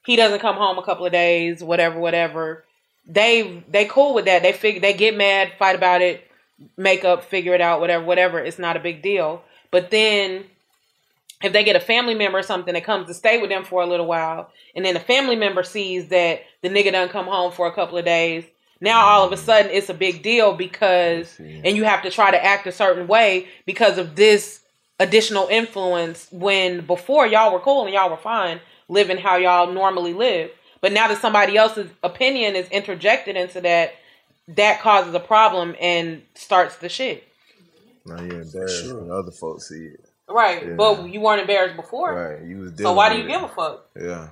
He doesn't come home a couple of days, whatever, whatever. They they cool with that. They fig they get mad, fight about it, make up, figure it out, whatever, whatever. It's not a big deal. But then if they get a family member or something that comes to stay with them for a little while, and then the family member sees that the nigga doesn't come home for a couple of days, now all Mm-hmm. of a sudden it's a big deal because, and you have to try to act a certain way because of this additional influence when before y'all were cool and y'all were fine, living how y'all normally live. But now that somebody else's opinion is interjected into that, that causes a problem and starts the shit. Now you're embarrassed when other folks see it. Right. Yeah. But you weren't embarrassed before. Right. You was So dealing why do you with give a it. fuck? Yeah.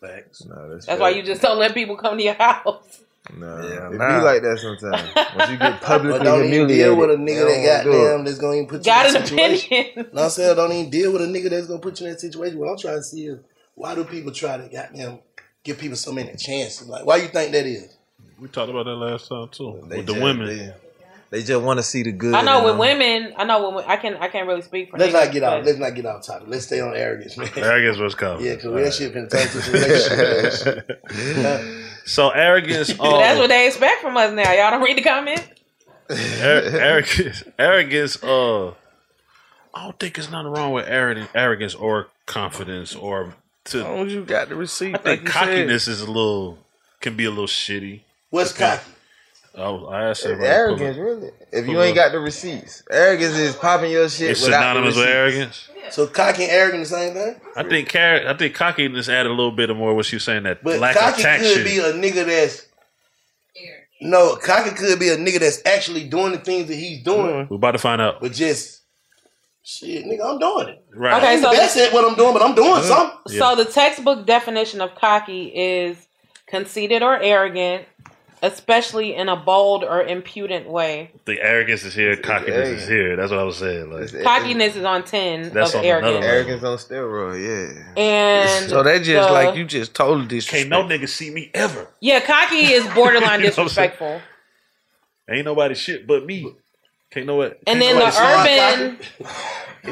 Facts. Nah, that's That's why fact. you just don't let people come to your house. Nah, it nah. be like that sometimes. Once you [laughs] get [laughs] publicly But don't even humiliated, deal with a they nigga don't wanna that do it. goddamn that's gonna even put you Got in an that [laughs] situation. opinion. No, I'm saying don't even deal with a nigga that's gonna put you in that situation. What I'm trying to see is why do people try to goddamn give people so many chances? Like why you think that is? We talked about that last time too. They with the just- women. They just want to see the good. I know in with them. women, I know when I can I can't really speak for. Let's niggas, not get out. but- Let's not get off topic. Let's stay on arrogance, man. Arrogance was common. Yeah, 'cause All that right. shit been turned into [laughs] relationship. so [laughs] arrogance. But [laughs] that's uh, what they expect from us now. Y'all don't read the comment. [laughs] ar- arrogance. Arrogance. Uh, I don't think there's nothing wrong with arrogance, arrogance or confidence or to. long as you got the receipt, I think like you cockiness is a little can be a little shitty. What's cocky? I, was- I asked It's everybody. to pull arrogance, it- really. If pull you ain't up. got the receipts, arrogance is popping your shit. It's without synonymous the with receipts. arrogance. So cocky and [laughs] arrogant the same thing? I think car- I think cockiness added a little bit of more what she was saying that But lack of cocky taction. could be a nigga that's no cocky could be a nigga that's actually doing the things that he's doing, We're about to find out. but just shit, nigga, I'm doing it. Right. I ain't Okay, so the best at what I'm doing, but I'm doing something. So the textbook definition of cocky is conceited or arrogant, especially in a bold or impudent way. The arrogance is here, cockiness is here. That's what I was saying. Like Cockiness is on ten That's of on another arrogance. level. Arrogance on steroid, yeah. And So they just the- like you just totally Can't disrespect. no nigga see me ever. Yeah, cocky is [laughs] borderline You know what I'm saying? disrespectful. Ain't nobody shit but me. Can't know what. can't And then nobody the see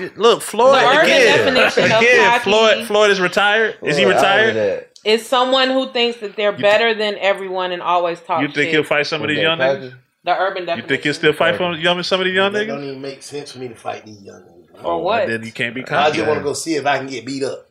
me. urban Look, Floyd The urban again. definition of again, cocky- Floyd. Floyd is retired. Is he Floyd, I heard retired? is someone who thinks that they're better than everyone and always talks. You think he'll fight some of these young niggas? The urban You definition. think he'll still fight for young- some of these young That niggas? don't even make sense for me to fight these young niggas. Or what? Oh, Then you can't be cocky. I just want to go see if I can get beat up.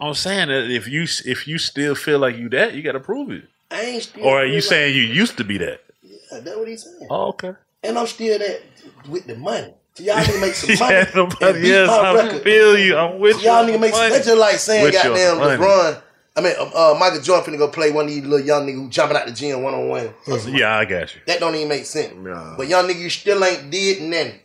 I'm saying that if you if you still feel like you that, you got to prove it. I ain't still Or are you like- saying you used to be that? Yeah, that's what he's saying. Oh, okay. And I'm still that with the money. So y'all need to make some [laughs] money. Yeah, the and money, beat yes, my I record. feel you. I'm with Y'all you. nigga make Money. that's just like saying With your goddamn money. LeBron. I mean, uh, uh, Michael Jordan finna go play one of these little young niggas who jumping out the gym one on one. Yeah, I got you. That don't even make sense. But young nigga, you still ain't did nothing.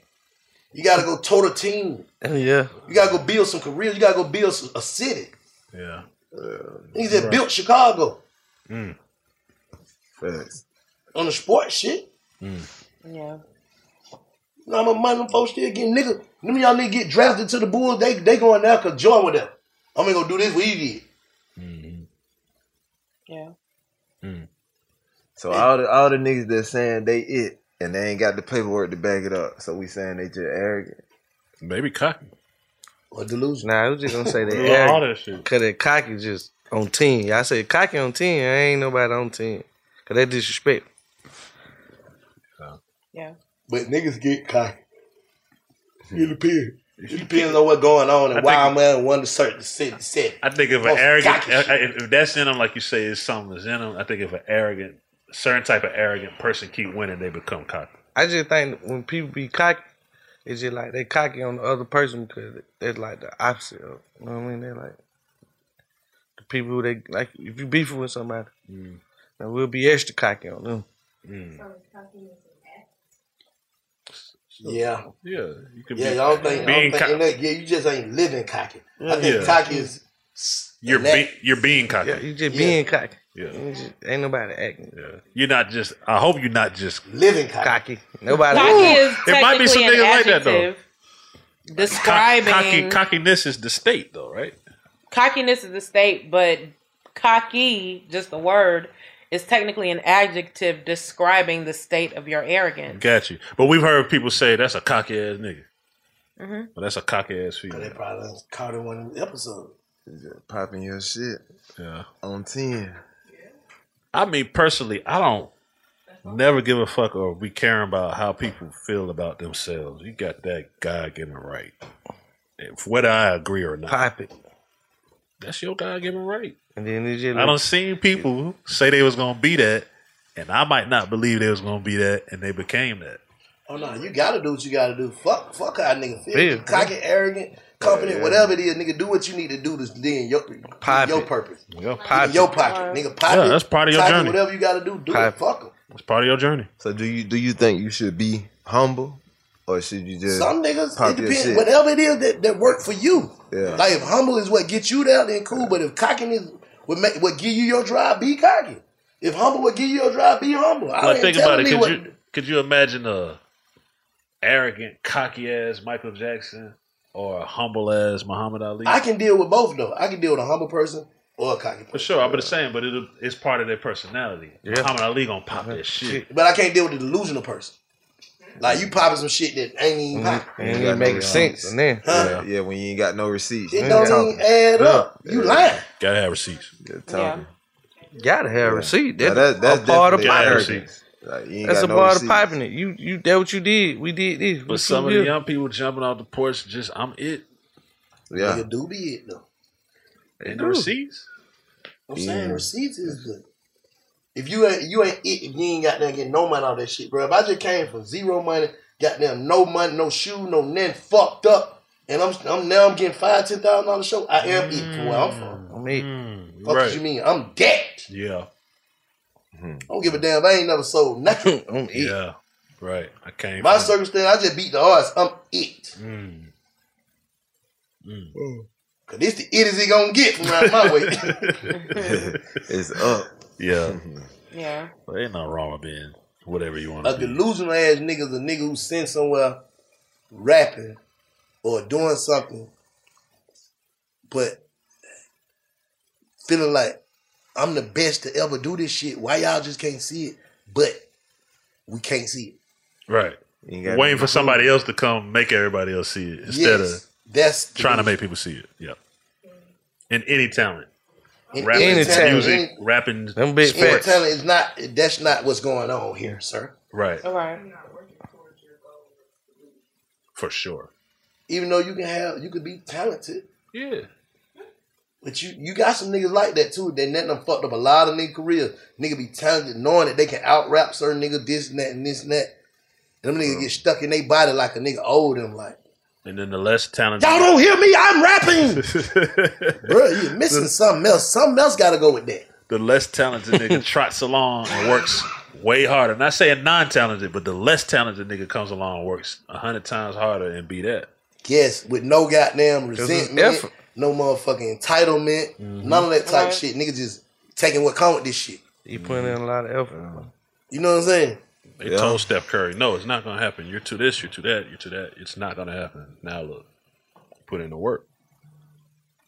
You gotta go total team. Yeah. You gotta go build some careers. You gotta go build some, a city. Yeah. Niggas that built Chicago Mm. Facts. Mm. on the sports shit. Yeah. You know how much money them folks still getting nigga. Them y'all niggas get drafted to the Bulls. They they going there cause Jordan with them. I'm gonna go do this what he did. Yeah. Mm. So all the all the niggas that saying they it and they ain't got the paperwork to back it up. So we saying they just arrogant. Maybe cocky. Or delusion. Nah, I was just gonna [laughs] say that. Well, all that shit. Cause that cocky just on ten. I said cocky on ten. Ain't nobody on ten. Cause that disrespect. Yeah. But niggas get cocky. It depends. It depends on what's going on and I why think- I'm at one certain city. city. I think if an Most arrogant, cocky shit. I- I- if that's in them, like you say, is something is in them. I think if an arrogant, certain type of arrogant person keep winning, they become cocky. I just think when people be cocky, it's just like they cocky on the other person because they're like the opposite. Of, you know what I mean? They're like the people who they like. If you beefing with somebody, Mm. then we'll be extra cocky on them. Yeah. Yeah, you could Yeah, be- y'all think, y'all being think cocky. that, yeah, you just ain't living cocky. I think Yeah. cocky is You're and that- be, you're being cocky. Yeah, you just being cocky. Yeah. You just- ain't nobody acting. Yeah. You're not just. I hope you're not just living cocky. cocky. Nobody. Cocky is technically It might be some an niggas like that, though. adjective Cock- Describing cocky, cockiness is the state, though, right? cockiness is a state, but cocky, just the word, is technically an adjective describing the state of your arrogance. Got you. But we've heard people say that's a cocky ass nigga. Mhm. Well, that's a cocky ass female. They probably done caught in one of them episodes. Popping your shit. Yeah. On ten. I mean, personally, I don't never give a fuck or be caring about how people feel about themselves. You got that guy given right, if, whether I agree or not. Pop it. That's your God given right. And then it's just I don't seen people say they was gonna be that, and I might not believe they was gonna be that, and they became that. Oh no, you gotta do what you gotta do. Fuck, fuck how a nigga feel. Feel. Cocky, arrogant. company, yeah. whatever it is, nigga, do what you need to do to then your Pipe your it. purpose. Your In your pocket, nigga. Pop Yeah, it. that's part of your Type it, journey. Whatever you got to do, do Pipe it. it. Fuck 'em. It's part of your journey. So do you do you think you should be humble, or should you just Some niggas, it pop your depends. shit? Whatever it is that, that work for you. Yeah. Like if humble is what gets you there, then cool. But if cockiness would make what give you your drive, be cocky. If humble would give you your drive, be humble. I Well, ain't think telling about it. me Could what- you could you imagine a arrogant, cocky ass Michael Jackson or a humble ass Muhammad Ali? I can deal with both though. I can deal with a humble person or a cocky person. For sure, I'm just saying, but it, it's part of their personality. Muhammad Ali gonna pop Uh-huh. that shit. But I can't deal with the delusional person. Like you popping some shit that ain't even pop. Mm-hmm. You got no make receipts. sense. Yeah, yeah, when you ain't got no receipts, It you don't talking. even add up. You lying. Gotta have receipts. talking. Gotta have a receipt. That's, Now, that- that's a part of definitely piping. arrogance. Like, you ain't that's got a no part of receipts. piping it. You you that what you did. We did this. But some of the young people jumping off the porch, just I'm it. Yeah. Nigga do be it though. And do. the receipts. I'm saying Yeah. receipts is good. If you ain't you ain't it, if you ain't got there getting no money out of that shit, bro. If I just came from zero money, got them no money, no shoe, no nothing, fucked up, and I'm, I'm now I'm getting five ten thousand dollars a show. I am it for where I'm from. I'm it. Mm. Fuck what you mean? I'm dead. Mm, Yeah. I don't give a damn. I ain't never sold [laughs] nothing. Yeah. Right. I came. My from- circumstance, I just beat the odds. I'm it. Mm. Cause this the it is it gonna get from [laughs] [laughs] around my way. [laughs] it's up. Yeah. Yeah. Well, ain't nothing wrong with being whatever you want A to be. delusional ass nigga is a nigga who sent somewhere rapping or doing something, but feeling like I'm the best to ever do this shit. Why y'all just can't see it? But we can't see Right. gotta Waiting for somebody else to come make everybody else see it instead Yes, of that's trying to make people see it. Yeah. In any talent. it. rapping, Any talent, music, any- rapping, Them big And telling it's not that's not what's going on here, sir. Right. All right. For sure. Even though you can have you could be talented. Yeah. But you, you got some niggas like that too. They let them fucked up a lot of nigga careers. Nigga be talented, knowing that they can out rap certain niggas, this and that and this and that. Them niggas get stuck in their body like a nigga owe them. Like And then the less talented. y'all don't hear me, I'm rapping, [laughs] bro. You're missing something else. Something else got to go with that. The less talented nigga trots along and works way harder. Not saying non talented, but the less talented nigga comes along and works a hundred times harder and be that. Yes, with no goddamn it's resentment, effort. no motherfucking entitlement, none of that type Right. shit. Niggas just taking what come with this shit. You putting in a lot of effort. You know what I'm saying? They told Steph Curry, no, it's not gonna happen. You're to this, you're to that, you're to that. It's not gonna happen. Now look, put in the work.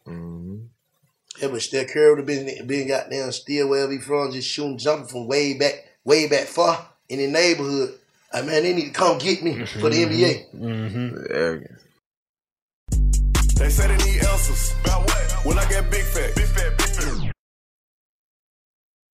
Yeah, but Steph Curry would have been been goddamn still wherever he from, just shooting, jumping from way back, way back far in the neighborhood. I man, they need to come get me for the NBA. Mm-hmm. Arrogance. [laughs] They say they need answers. About what? When I get big fat, big fat, big fat.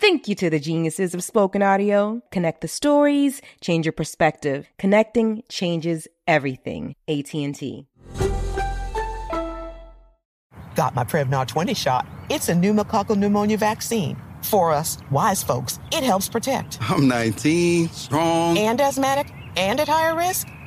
Thank you to the geniuses of spoken audio. Connect the stories, change your perspective. Connecting changes everything. AT&T. Got my Prevnar 20 shot. It's a pneumococcal pneumonia vaccine. For us wise folks, it helps protect. I'm 19, strong. And asthmatic and at higher risk?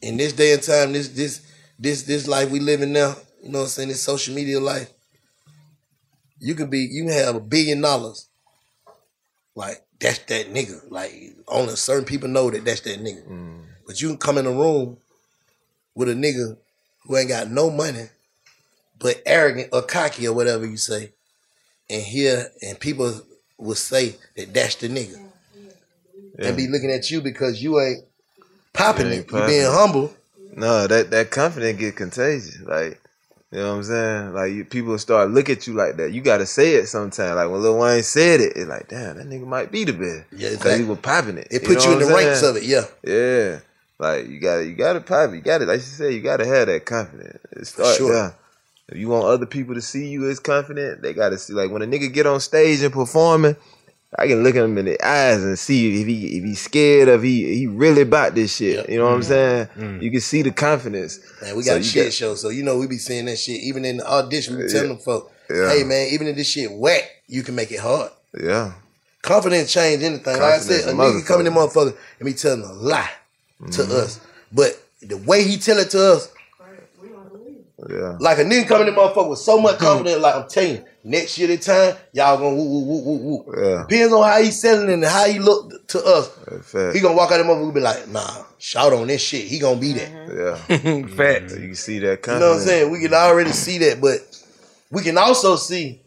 in this day and time, this this this this life we living now, you know what I'm saying, this social media life, you could be you can have a billion dollars. Like that's that nigga. Like only certain people know that that's that nigga. But you can come in a room with a nigga who ain't got no money, but arrogant or cocky or whatever you say, and here and people will say that that's the nigga. And be looking at you because you ain't popping it. You being humble. No, that that confidence get contagious. Like you know what I'm saying? Like you, people start look at you like that. You gotta say it sometime. Like when Lil Wayne said it, it's like damn, that nigga might be the best. Yeah, because exactly. he was popping it. It put know you in the what I'm ranks saying? of it, yeah. Yeah. Like you gotta you gotta pop it. You gotta like you said, you gotta have that confidence. It start, sure. yeah. If you want other people to see you as confident, they gotta see like when a nigga get on stage and performing, I can look him in the eyes and see if he if he's scared of he he really about this shit. You know what I'm saying? You can see the confidence. Man, we So got a you shit got- show, so you know we be seeing that shit. Even in the audition, we be telling Yeah. them folk, Yeah. hey man, even if this shit whack, you can make it hard. Yeah. Confidence change anything. Like I said, a Confidence, nigga coming in motherfucker and be telling a lie to Mm-hmm. us. But the way he tell it to us, Yeah. like a nigga coming in motherfucker with so [clears throat] much confidence, like I'm telling you, next year this time, y'all gonna woo woo woo woo woo. Yeah. Depends on how he selling and how he look to us. fact. He gonna walk out of motherfucker and be like, nah, shout on this shit. He gonna be there. Yeah. Facts. You can see that You confidence. know what I'm saying? We can already see that, but we can also see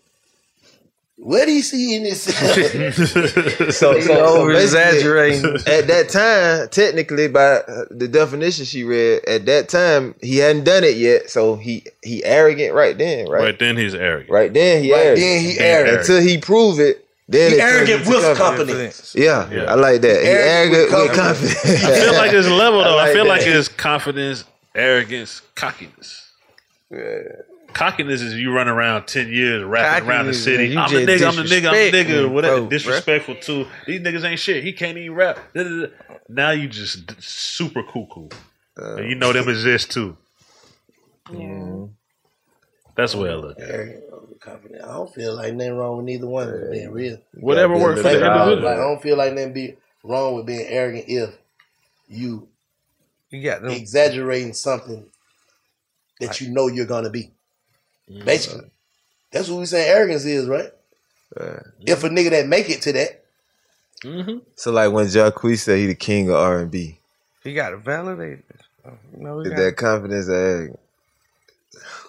what do you see [laughs] in this? [laughs] so, so, so Over-exaggerating. basically, At that time, technically, by uh, the definition she read, at that time he hadn't done it yet, so he he arrogant right then, right? Right, then he's arrogant. Right then he Right arrogant. then he arrogant. Until he prove it, then He it turns arrogant into with confidence. Yeah, Yeah. I like that. He Arrogant arrogant with with confidence. [laughs] confidence. I feel like it's level though. I, like feel that. like it's confidence, arrogance, cockiness. Cockiness is you run around ten years rapping around the Cockiness, city. you I'm the just nigga. I'm the nigga. I'm the disrespect nigga. me, Whatever. bro, Disrespectful too. These niggas ain't shit. He can't even rap. Da, da, da. Now you just d- super cuckoo. and you know Uh. them exist too. That's the way I look. at it. Confident. I don't feel like nothing wrong with neither one of them being real. Whatever Like, works for the like, individual. I don't feel like nothing be wrong with being arrogant if you you got them. exaggerating something that you know you're gonna be. Basically, that's what we saying arrogance is, right? If a nigga that make it to that, Mm-hmm. So like when Jacquees said he the king of R and B, he got to validate it. You know, he is got- that confidence or arrogance?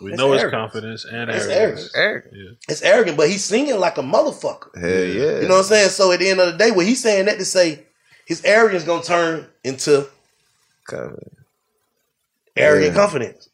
We It's know it's arrogance. confidence and It's arrogance. arrogant. It's arrogant, but he's singing like a motherfucker. Hell yeah. You know what I'm saying? So at the end of the day, what he's saying that to say, his arrogance gonna turn into Confidence. arrogant Yeah. [laughs] confidence.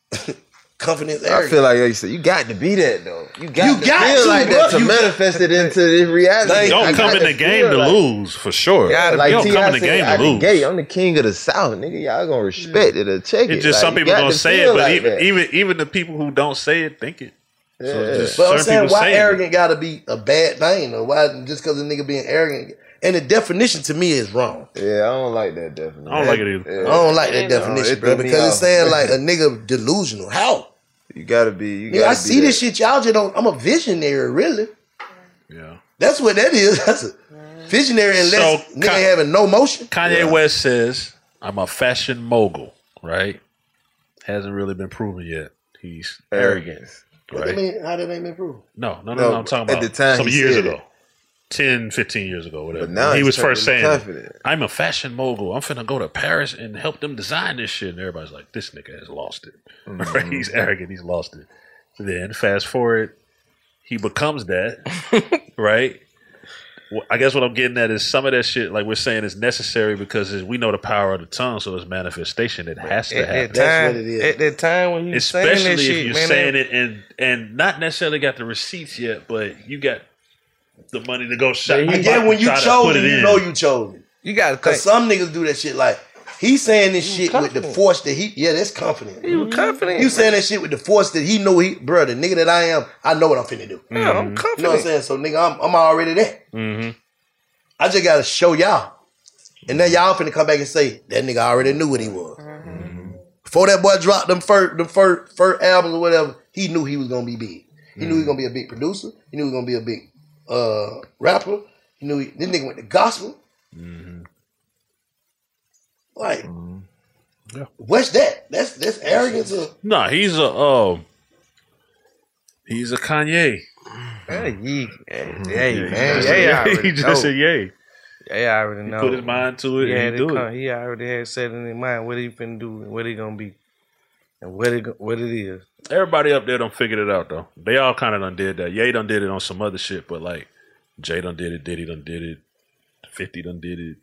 confidence, I arrogant. feel like yo, you said you got to be that though. You got You to got feel to, like bro. that to You- manifest it into this reality. Like, don't I come got in the game feel to like- lose for sure. Yeah, you don't T.I. come in the said, game out to the lose. gate, I'm the king of the South, nigga. Y'all gonna respect it or check it. It's just Like, some you people got gonna to say it, feel but like even, that. even even the people who don't say it think it. So Yeah. just But I'm certain saying people why say it. arrogant gotta be a bad thing, or why just because a nigga being arrogant. And the definition to me is wrong. Yeah, I don't like that definition. I don't like it either. I don't like that No, definition, it bro, threw me because it's off. saying like [laughs] a nigga delusional. How? You gotta be. You Nigga, gotta I be see that. this shit. Y'all just don't. I'm a visionary, really. Yeah. That's what that is. [laughs] That's a visionary, unless So, nigga having no motion. Kanye Yeah. West says, I'm a fashion mogul, right? Hasn't really been proven yet. He's arrogant. What that Right? mean? How did they make proof? No, no, no, No, no, I'm talking about at the time some he years said ago. 10, 15 years ago, whatever. now he he's was first totally saying, confident. I'm a fashion mogul. I'm finna go to Paris and help them design this shit. And everybody's like, this nigga has lost it. [laughs] Right? Mm-hmm. He's arrogant. He's lost it. So then, fast forward, he becomes [laughs] that, right? Well, I guess what I'm getting at is some of that shit, like we're saying, is necessary because it's- we know the power of the tongue, so it's manifestation. It has to At happen that time, at that time when you especially Mm, saying if that shit, you're man, saying it and and not necessarily got the receipts yet, but you got the money to go shop. Again, when you try to chose put it, it you in. know you chose it. You gotta because some niggas do that shit. Like he's saying this shit with the force that he. Yeah, that's confident. Mm-hmm. You confident. You saying that shit with the force that he know he, bro. The nigga that I am, I know what I'm finna do. Mm-hmm. Yeah, I'm You know what I'm confident. saying? So nigga, I'm, I'm already there. I just gotta show y'all, and then y'all finna come back and say that nigga already knew what he was. Before that boy dropped them first, them first, first albums or whatever, he knew he was gonna be big. He Mm. knew he was gonna be a big producer. He knew he was gonna be a big uh, rapper. He knew he, this nigga went to gospel. Like, Mm-hmm. what's that? That's that's arrogance. Of, Nah, he's a um, he's a Kanye. Mm-hmm. Hey, ye, hey, Yeah, [laughs] hey, he man, yeah, just- I already he just know. said yay. Yeah, I already know. put his mind to it and he they do it. come- He already had set in his mind what he finna do and what he gonna be and what it go- what it is. Everybody up there done figured it out though. They all kind of done did that. Ye done did it on some other shit, but like Jay done did it, Diddy done did it, Fifty done did it.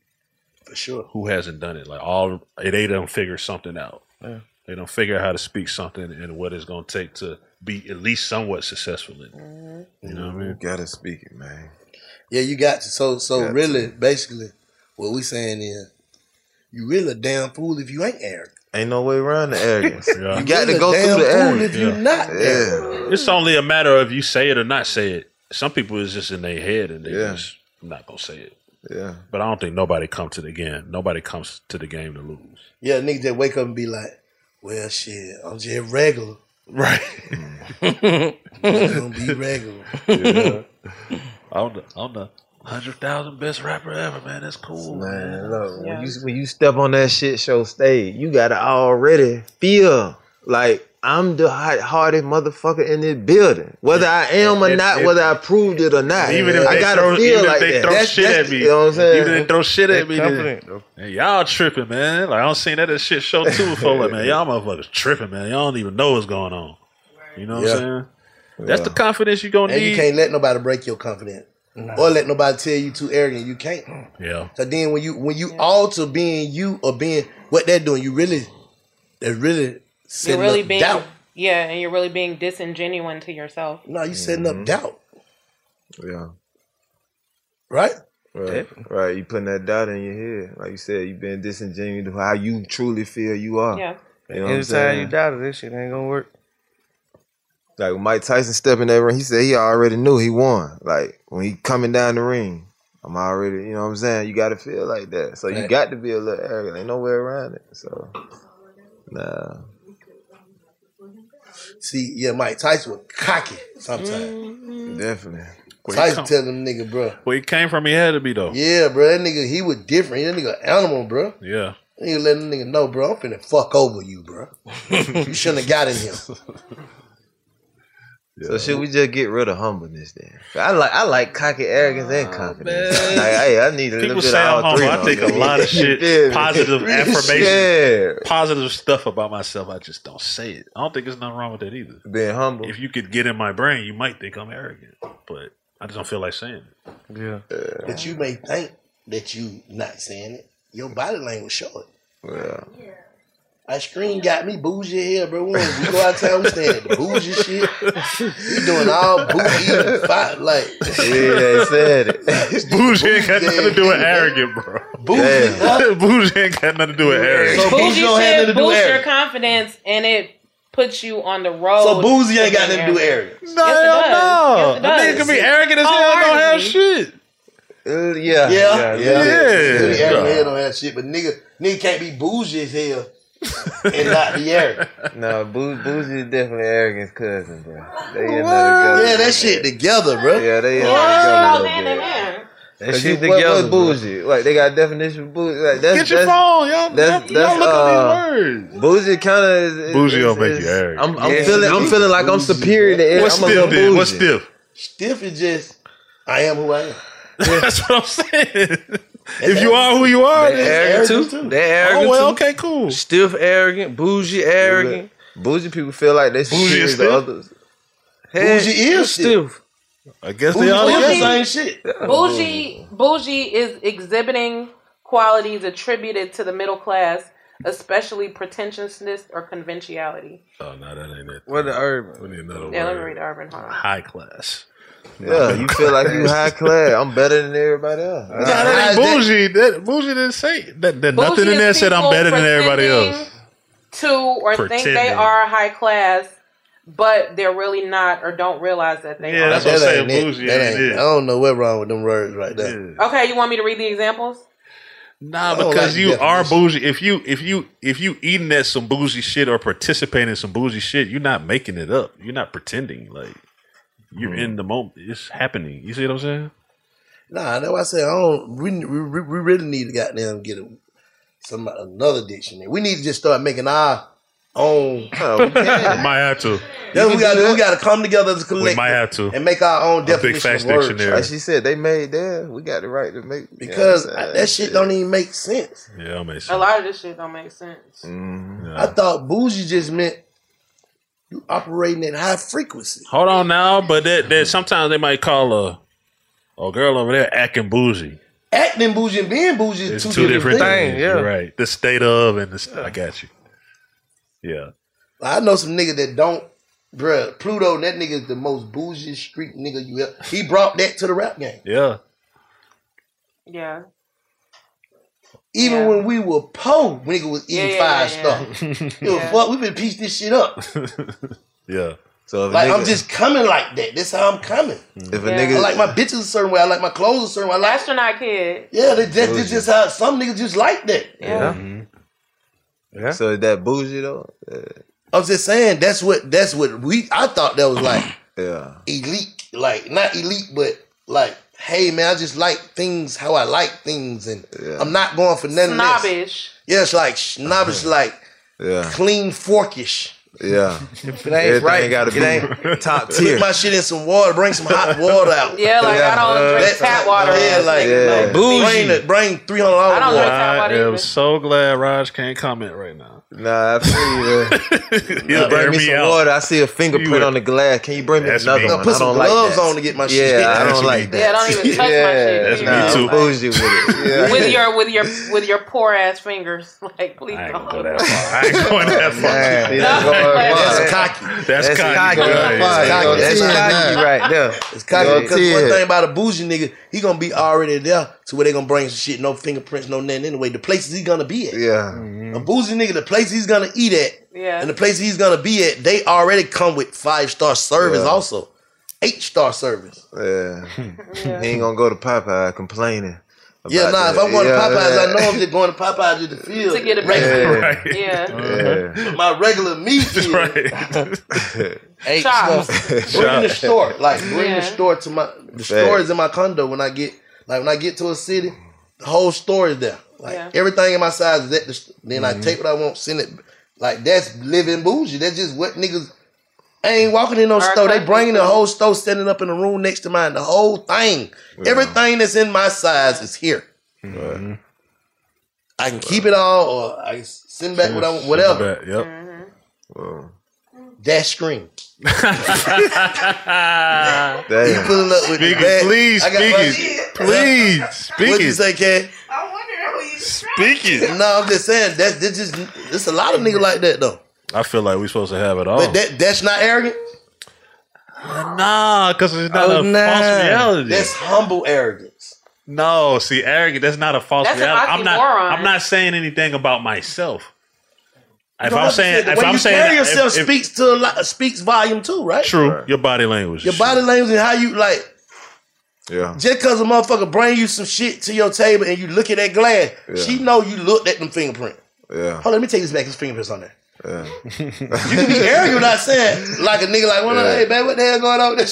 For sure. Who hasn't done it? Like all they done figure something out. Yeah. They don't figure out how to speak something and what it's gonna take to be at least somewhat successful in. it. You know what I mean? gotta speak it, man. yeah, you got to. So so Got really, basically, what we saying is, you really a damn fool if you ain't arrogant. [laughs] Ain't no way around the arrogance. Yeah. You got You're to a go damn through the fool arrogance. if you not Yeah. It's only a matter of you say it or not say it. Some people is just in their head and they Yeah. just not gonna say it. Yeah. But I don't think nobody comes to the game. Nobody comes to the game to lose. Yeah, niggas just wake up and be like, well, shit, I'm just regular. [laughs] Right. [laughs] I'm gonna [laughs] be regular. Yeah. I'm the I'm the hundred thousand best rapper ever, man. That's cool. Man, look, when you when you step on that shit show stage, you gotta already feel like I'm the hot hearted motherfucker in this building. Whether I am or It- not, it- whether I proved it or not, Even if I they gotta throw, feel even if like they that. throw That's- shit that's- at me, you know what I'm saying? even if they throw shit They're at me, then, confident, though. man, y'all tripping, man. Like I don't seen that that shit [laughs] show too before. Like man, y'all motherfuckers tripping, man. Y'all don't even know what's going on. You know what Yeah. I'm saying? That's the confidence you gonna And need. you can't let nobody break your confidence. Or let nobody tell you too arrogant. You can't. yeah, So then when you when you alter being you or being what they're doing, you really they're really You're setting really up being doubt. yeah, and you're really being disingenuine to yourself. No, you setting Mm-hmm. up doubt, Yeah. right? Right, right. You putting that doubt in your head, like you said. You been disingenuous to how you truly feel you are. Yeah. You know what I'm Anytime you saying? doubt it, this shit ain't gonna work. Like when Mike Tyson stepping that ring, he said he already knew he won. Like when he coming down the ring, I'm already. You know what I'm saying? You got to feel like that. So you Right. got to be a little arrogant. Ain't no way around it. So nah. See, yeah, Mike Tyson was cocky sometimes. Mm-hmm. Definitely. Tyson tell them nigga, bro. Where he came from, he had to be though. Yeah, bro, that nigga, he was different. That nigga animal, bro. Yeah, He let them nigga know, bro, I'm finna fuck over you, bro. you shouldn't have got in here. So should we just get rid of humbleness then? I like I like cocky arrogance and confidence. Like, hey, I need a People little bit say of I'm all humble. three. I of think them. a lot of [laughs] You feel shit, me? [laughs] positive affirmation, Yeah. positive stuff about myself. I just don't say it. I don't think there's nothing wrong with that either. Being humble. If you could get in my brain, you might think I'm arrogant, but I just don't feel like saying it. Yeah. But you may think that you not saying it. Your body language show it. Yeah. Ice cream got me bougie here, bro. When we go out of town, we staying at the bougie shit. We doing all bougie fight like Yeah, [laughs] they said it. Bougie ain't got nothing to do with arrogant, bro. Bougie, [laughs] bougie ain't got nothing to do with arrogant. So Bougie should do boost your arrogance. confidence and it puts you on the road. So boozy ain't got nothing to do with arrogance. No, Oh, yes, it no. does. Yes, it A nigga does. can be arrogant as hell and don't have shit. Uh, yeah. Yeah, yeah, Yeah. Nigga Yeah. arrogant on that shit, but nigga, nigga can't be bougie as hell and not be arrogant. No, Boo- Boozy is definitely arrogant's cousin, bro. They in there together. Yeah, that shit together, bro. Yeah, they in Oh, Yeah, there hand together. in hand. That shit shit what, together, what bougie? Like they got definition of bougie. Like, that's, Get your that's, phone, y'all. That's, Y'all that's, look uh, up words. Bougie kind of is, is- Bougie is- don't make is- you arrogant. I'm, I'm Yeah, feeling, I'm bougie. feeling like I'm superior to everyone. What's I'm a stiff little then? What's bougie. stiff? Stiff is just I am who I am. That's what I'm saying. If you are who you are, They then- arrogant too. They arrogant Oh well, too. okay, cool. Stiff arrogant, bougie arrogant. Bougie people feel like they Bougie superior is to stiff? others. Bougie is stiff. I guess Bougie they all is together. the same shit. Bougie, bougie is exhibiting qualities attributed to the middle class, especially pretentiousness or conventionality. Oh no, that ain't it. What the urban? We need another Yeah, let me word. read Urban. Hold on. High class. Yeah, you feel like [laughs] [laughs] you high class. I'm better than everybody else. Nah, that ain't bougie. That bougie didn't say that. that Bougie nothing in is there said I'm people better than everybody pretending else. To or think they Pretending. are high class, but they're really not, or don't realize that they are. That saying, ain't it. bougie That ain't ain't- it. I don't know what's wrong with them words right there. Okay, you want me to read the examples? Nah, don't because like you definition. are bougie. If you if you if you eating at some bougie shit or participating in some bougie shit, you're not making it up. You're not pretending. Like you're in the moment. It's happening. You see what I'm saying? Nah, that's why I say I don't. We, we, we we really need to goddamn get a, some another dictionary. We need to just start making our own. [laughs] we can. might have to. Oh, That's what we got. We got to come together as a collective. might have to. and make our own A big definition facts of words. dictionary. Like she said, they made that. We got the right to make Because that shit don't even make sense. Yeah, that makes A sense. lot of this shit don't make sense. Mm-hmm. I thought bougie just meant you operating at high frequency. Hold on now, but that that sometimes they might call a a girl over there acting bougie. Acting bougie and being bougie is It's two, different, things. You're right. The state of and the st- I got you. Yeah. I know some nigga that don't, bruh. Pluto, that nigga is the most bougie street nigga you ever. He brought that to the rap game. Yeah. [laughs] Yeah. Even when we were poor, nigga was eating Yeah, yeah, five [laughs] yeah, star. yeah. Yo, fuck, we been piece this shit up. Yeah. So if Like nigga, I'm [laughs] just coming like that. That's how I'm coming. if a Yeah. nigga I like my bitches a certain way. I like my clothes a certain way. I like, Astronaut kid. yeah, that, that, that's just how some niggas just like that. Yeah. Mm-hmm. yeah. So is that bougie though? Yeah. I'm just saying that's what that's what we. I thought that was like [clears throat] Yeah. elite, like not elite, but like, hey man, I just like things how I like things, and I'm not going for nothing. less. Snobbish. Yeah, it's like [laughs] snobbish, like Yeah. clean forkish. [laughs] Yeah. If it ain't Everything right, gotta it be ain't [laughs] top tier. Put my shit in some water. Bring some hot [laughs] water out. Yeah, like I don't drink That's tap like- water. Yeah, like, Yeah. like bring it- Bring three hundred I don't dollars. water. drink tap I water am either. so glad Raj can't comment right now. Nah, I feel [laughs] you. He'll bring air me, some out. water. I see a fingerprint would- on the glass. Can you bring me That's another me. one? Put I some don't like gloves that. on to get my yeah, shit. [laughs] I That's don't me. like that. Yeah, don't [laughs] even touch my shit. That's Yeah. nah, me too. I'm bougie with [laughs] it. Yeah. With your with your with your poor ass fingers. [laughs] Like please I ain't don't. gonna go that far. I ain't going that Man, far. see, that's going That's far. That's cocky. That's, That's cocky. cocky. right? That's Yeah. cocky. That's That's cocky. cocky right there. It's cocky Yo, because Ted. one thing about a bougie nigga, he gonna be already there to where they gonna bring some shit, no fingerprints, no nothing anyway. The places he gonna be at. Mm-hmm. Yeah. A bougie nigga, the place he's gonna eat at, Yeah. and the place he's gonna be at, they already come with five star service, Yeah. also eight star service. Yeah. He ain't gonna go to Popeye complaining. yeah, about nah. If that. I'm going to Yeah, Popeyes, yeah. I know I'm just going to Popeyes to the field To get a regular, break. Right. Yeah. Yeah. my regular meat. is [laughs] Right. Eight [laughs] Chops. star. Bring the store, like bring Yeah. the store to my. The store is in my condo when I get like when I get to a city, the whole store is there. Like Yeah. everything in my size is at Mm-hmm. the. st- Then I take what I want, send it. Like that's living bougie. That's just what niggas. I ain't walking in no Our store. They country bringing the store. whole store standing up in the room next to mine. The whole thing. Everything that's in my size is here. Mm-hmm. I can keep it all or I can send back what I want, whatever. Back, Yep. Dash screen. Damn. You pulling up with the Speak it, bag. please, I got speak my- it. Please, speak [laughs] What'd you it. say, Kay? Speak it. No, I'm just saying that this just there's a lot of niggas like that though. I feel like we supposed to have it all. But that that's not arrogant. Mm-hmm. nah, because Ah, it's not Oh, a nah. false reality. That's humble arrogance. No, see, arrogant. That's not a false That's an reality. I'm not. oxymoron. I'm not saying anything about myself. If You don't I'm have to saying, say it. if the way I'm you saying, carry if- yourself if- speaks to a lot, speaks volume too, right? True, your body language. Your body language and how you like. Yeah. Just cause a motherfucker bring you some shit to your table and you look at that glass, Yeah. she know you looked at them fingerprint. Yeah. Hold on, let me take this back. His fingerprints on there. Yeah. [laughs] You can be arrogant, not saying like a nigga like, well, Yeah. hey man, what the hell going on with that [laughs] [laughs]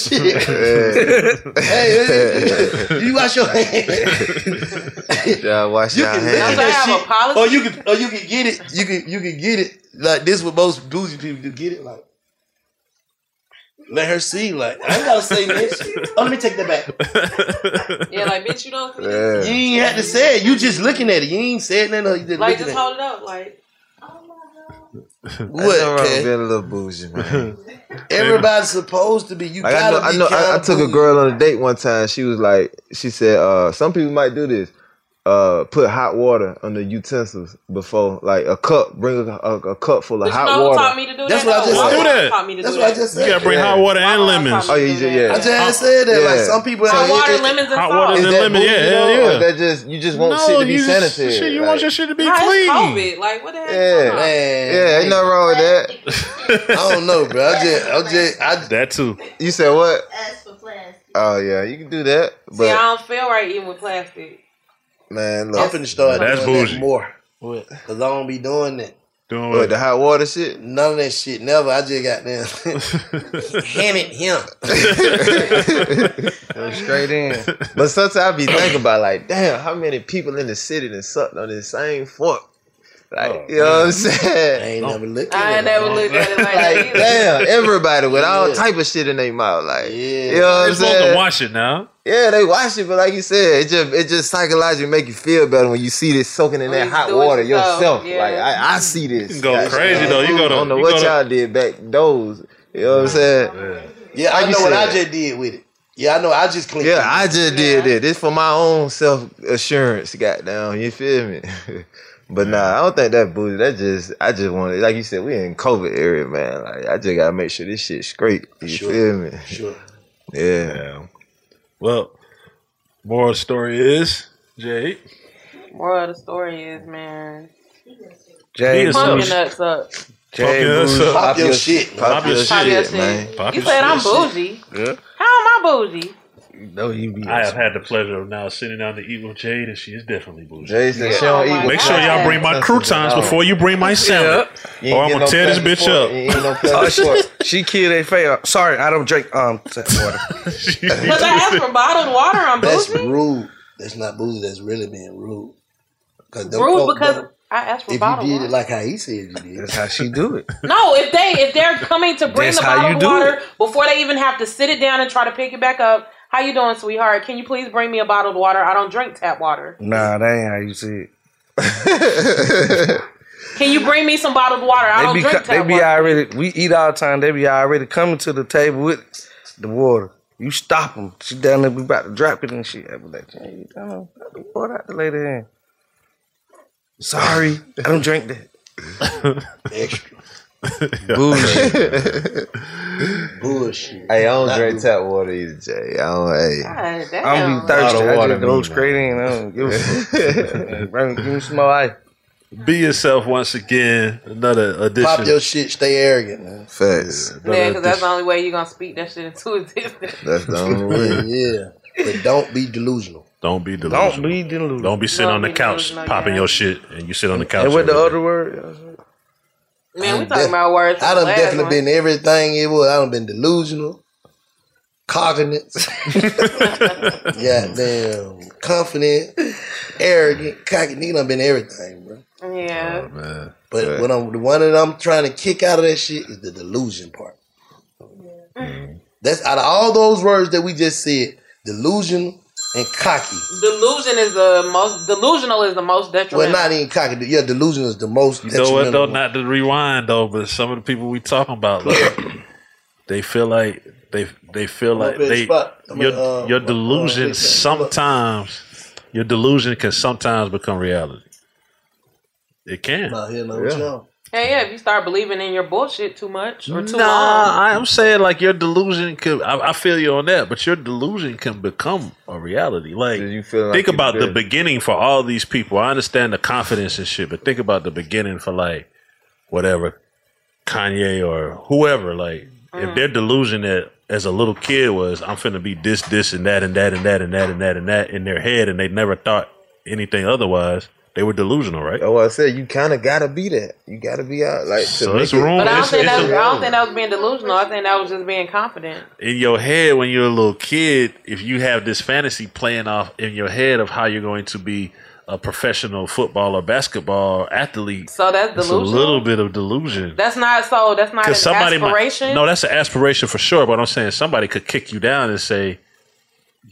shit? Yeah. hey, you wash your hands. Y'all wash You your can hands. have that [laughs] shit, or you can, or you can get it. You can, you can get it. Like this, is what most bougie people do. Get it, like let her see. Like I ain't gotta say this. Oh, let me take that back. Yeah, like bitch, you don't You ain't had to say it. You just looking at it. You ain't said nothing. You just like looking just at hold it up, like it. What? What? I'm Kat? being a little bougie, man. Everybody's supposed to be. You Like, I gotta know, I be know, kind I, I took a bougie. girl on a date one time. She was like, she said, uh, some people might do this. Uh, put hot water on the utensils before, like a cup. Bring a, a, a cup full of But you hot know who water. taught me to do That's that, what I though? just Why said. would Who you taught me to That's do what I that? just You said. gotta bring hot water and lemons. Oh, you just, yeah. I just had said that. Like some people, Hot water, lemons, and Hot water Is and that lemon, bougie, yeah, though, yeah, or yeah. That just you just want No, shit to be you just- sanitary. shit, you like- want your shit to be Nah, clean. it's COVID. Like what the hell? Yeah, yeah, ain't nothing wrong with that. I don't know, bro. I just, I just, I, that too. You said what? Ask for plastic. Oh yeah, you can do that, See, I but don't feel right eating with plastic. man, I'm look, finna start That's doing bougie. that more. Cause I don't be doing that. Doing what, the hot water shit. None of that shit. Never. I just [laughs] got them. Hand it [laughs] him. [laughs] [laughs] Straight in. But sometimes I be thinking about like, damn, how many people in the city that sucked on the same fork? Like, you know what I'm saying? I ain't never looked I at ain't it. never looked at it like that. [laughs] Like, either. damn, everybody with all Yeah. type of shit in their mouth. Like, Yeah. you know what They I'm supposed saying? to wash it now. yeah, they watch it, but like you said, it just it just psychologically make you feel better when you see this soaking in When that you hot do it water yourself, yourself. yeah. Like, I, I see this. You can go crazy, though. You go I to- don't know you what go to- y'all did back those. You know what I'm saying? Yeah, Like I you know what I said. just did with it. Yeah, I know. I just cleaned. Yeah, it. I just did it. It's for my own self assurance. Goddamn, you feel me? [laughs] but nah, I don't think that booty. That just I just wanted, like you said, we in COVID area, man. Like I just gotta make sure this shit straight. You Sure. feel me? Sure. [laughs] Yeah. Well, moral story is Jay. Moral of the story is, man, Jay pump your nuts up. Pump your nuts up. Pop your shit. Pop your Pop your shit, shit. man. Pop you your said I'm shit. bougie. Yeah. How am I bougie? No, you be. I have had the pleasure of now sitting down to eat with Jade, and she is definitely bougie. Jay said she don't eat. Make sure y'all bring my croutons before you bring my salad, You ain't or I'm get gonna no tear this cutting bitch fork. up. You [laughs] ain't get no Oh, cutting she, fork. she killed a fail. Uh, Sorry, I don't drink um tap water. Because I asked for bottled water, I'm That's bougie. rude. That's not bougie. That's really being rude. Cause them Rude folk because don't- I asked for if you bottled did water. it like how he said you did, that's how she do it. No, if they if they're coming to [laughs] bring That's the how you bottled do water it. before they even have to sit it down and try to pick it back up. How you doing, sweetheart? Can you please bring me a bottled water? I don't drink tap water. Nah, that ain't how you see it. [laughs] Can you bring me some bottled water? I They don't be, drink co- they tap be water. already. We eat all the time. They be already coming to the table with the water. You stop them. She down there. We about to drop it and shit. I be like, hey, you know, got the water out the lady hand. Sorry, I don't drink that. [laughs] Extra Bullshit. [laughs] bullshit. Hey, I don't Not drink bougie. tap water either, Jay. I don't. Hey. God damn. I don't be Bottle thirsty. I water just go mean, straight in. I don't give [laughs] a fuck. Bro, Give me some more ice. Be yourself once again. Another edition. Pop your shit. Stay arrogant, man. Facts. Yeah, because that's the only way you're gonna speak that shit into [laughs] existence. That's the only way. yeah, but don't be delusional. Don't be delusional. Don't be delusional. Don't be sitting Don't on the be couch delusional, popping yeah. your shit, and you sit on the couch. And with the every other word, Man, we Mm, def- talking about words. I from done the last definitely one. been everything it was. I done been delusional, cognizant, [laughs] goddamn confident, arrogant, cocky. Nigga done been everything, bro. Yeah. day. Oh, Man. But what I'm the one that I'm trying to kick out of that shit is the delusion part. Mm-hmm. That's out of all those words that we just said, delusional and cocky. Delusion is the most delusional is the most Well, detrimental. not even cocky. Yeah, delusion is the most. You know what though? detrimental. Not to rewind though, but some of the people we talking about, like, [clears throat] they feel like they they feel I'm up like in the they spot. I'm your in, uh, your my- delusion sometimes your delusion can sometimes become reality. It can. yeah. Hey, yeah, if you start believing in your bullshit too much Mm. or too long, Nah, I- I'm saying like your delusion could. I, I feel you on that, but your delusion can become a reality. Like you feel like think you about the did. beginning for all these people. I understand the confidence and shit, but think about the beginning for like whatever Kanye or whoever. Like Mm. if their delusion that as a little kid was, I'm finna be this, this, and that, and that, and that, and that, and that, and that in their head, and they never thought anything otherwise. They were delusional, right? Oh, I said you kind of gotta be that. You gotta be out like. To So make it's it- wrong. but I don't It's- think it's that was, a- I don't think that was being delusional. I think that was just being confident. in your head when you're a little kid, if you have this fantasy playing off in your head of how you're going to be a professional football or basketball athlete, So that's it's a delusional. little bit of delusion. That's not so. That's not an somebody might- aspiration. no, that's an aspiration for sure. But I'm saying somebody could kick you down and say,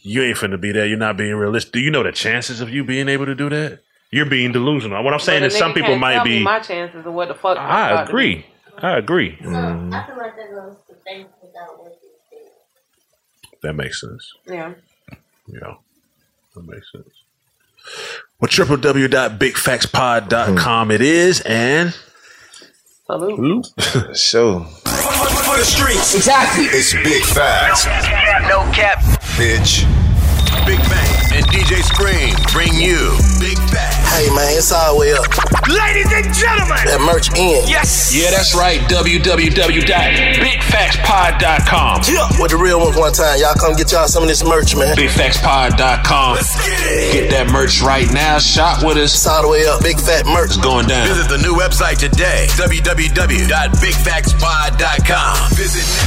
"You ain't finna be there. You're not being realistic. Do you know the chances of you being able to do that? You're being delusional." What I'm But saying a is, some nigga people can't might tell me be. my chances of what the fuck. I about to be. agree. I agree. Mm, I feel like that goes to things without working. That makes sense. Yeah. Yeah, that makes sense. Well, www.bigfaxpod.com it is, and salute. so For the streets. Exactly. It's Big Facts. No cap, no cap. Bitch. Big Bang and DJ Scream bring you Big Facts. Hey man, it's all way up. Ladies and gentlemen, that merch in. Yes. Yeah, that's right. www.bigfaxpod.com. Yeah. With the real ones one time, y'all come get y'all some of this merch, man. BigFaxPod.com. Get that merch right now. Shop with us. It's all the way up. Big fat merch is going down. Visit the new website today. www.bigfaxpod.com. Visit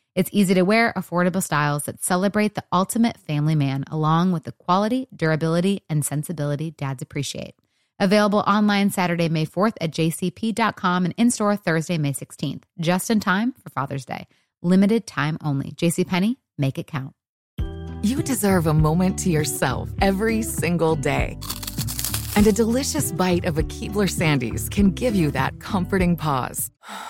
It's easy to wear, affordable styles that celebrate the ultimate family man, along with the quality, durability, and sensibility dads appreciate. Available online Saturday, May 4th at jcp.com and in store Thursday, May 16th, just in time for Father's Day. Limited time only. JCPenney, make it count. You deserve a moment to yourself every single day. And a delicious bite of a Keebler Sandies can give you that comforting pause. [sighs]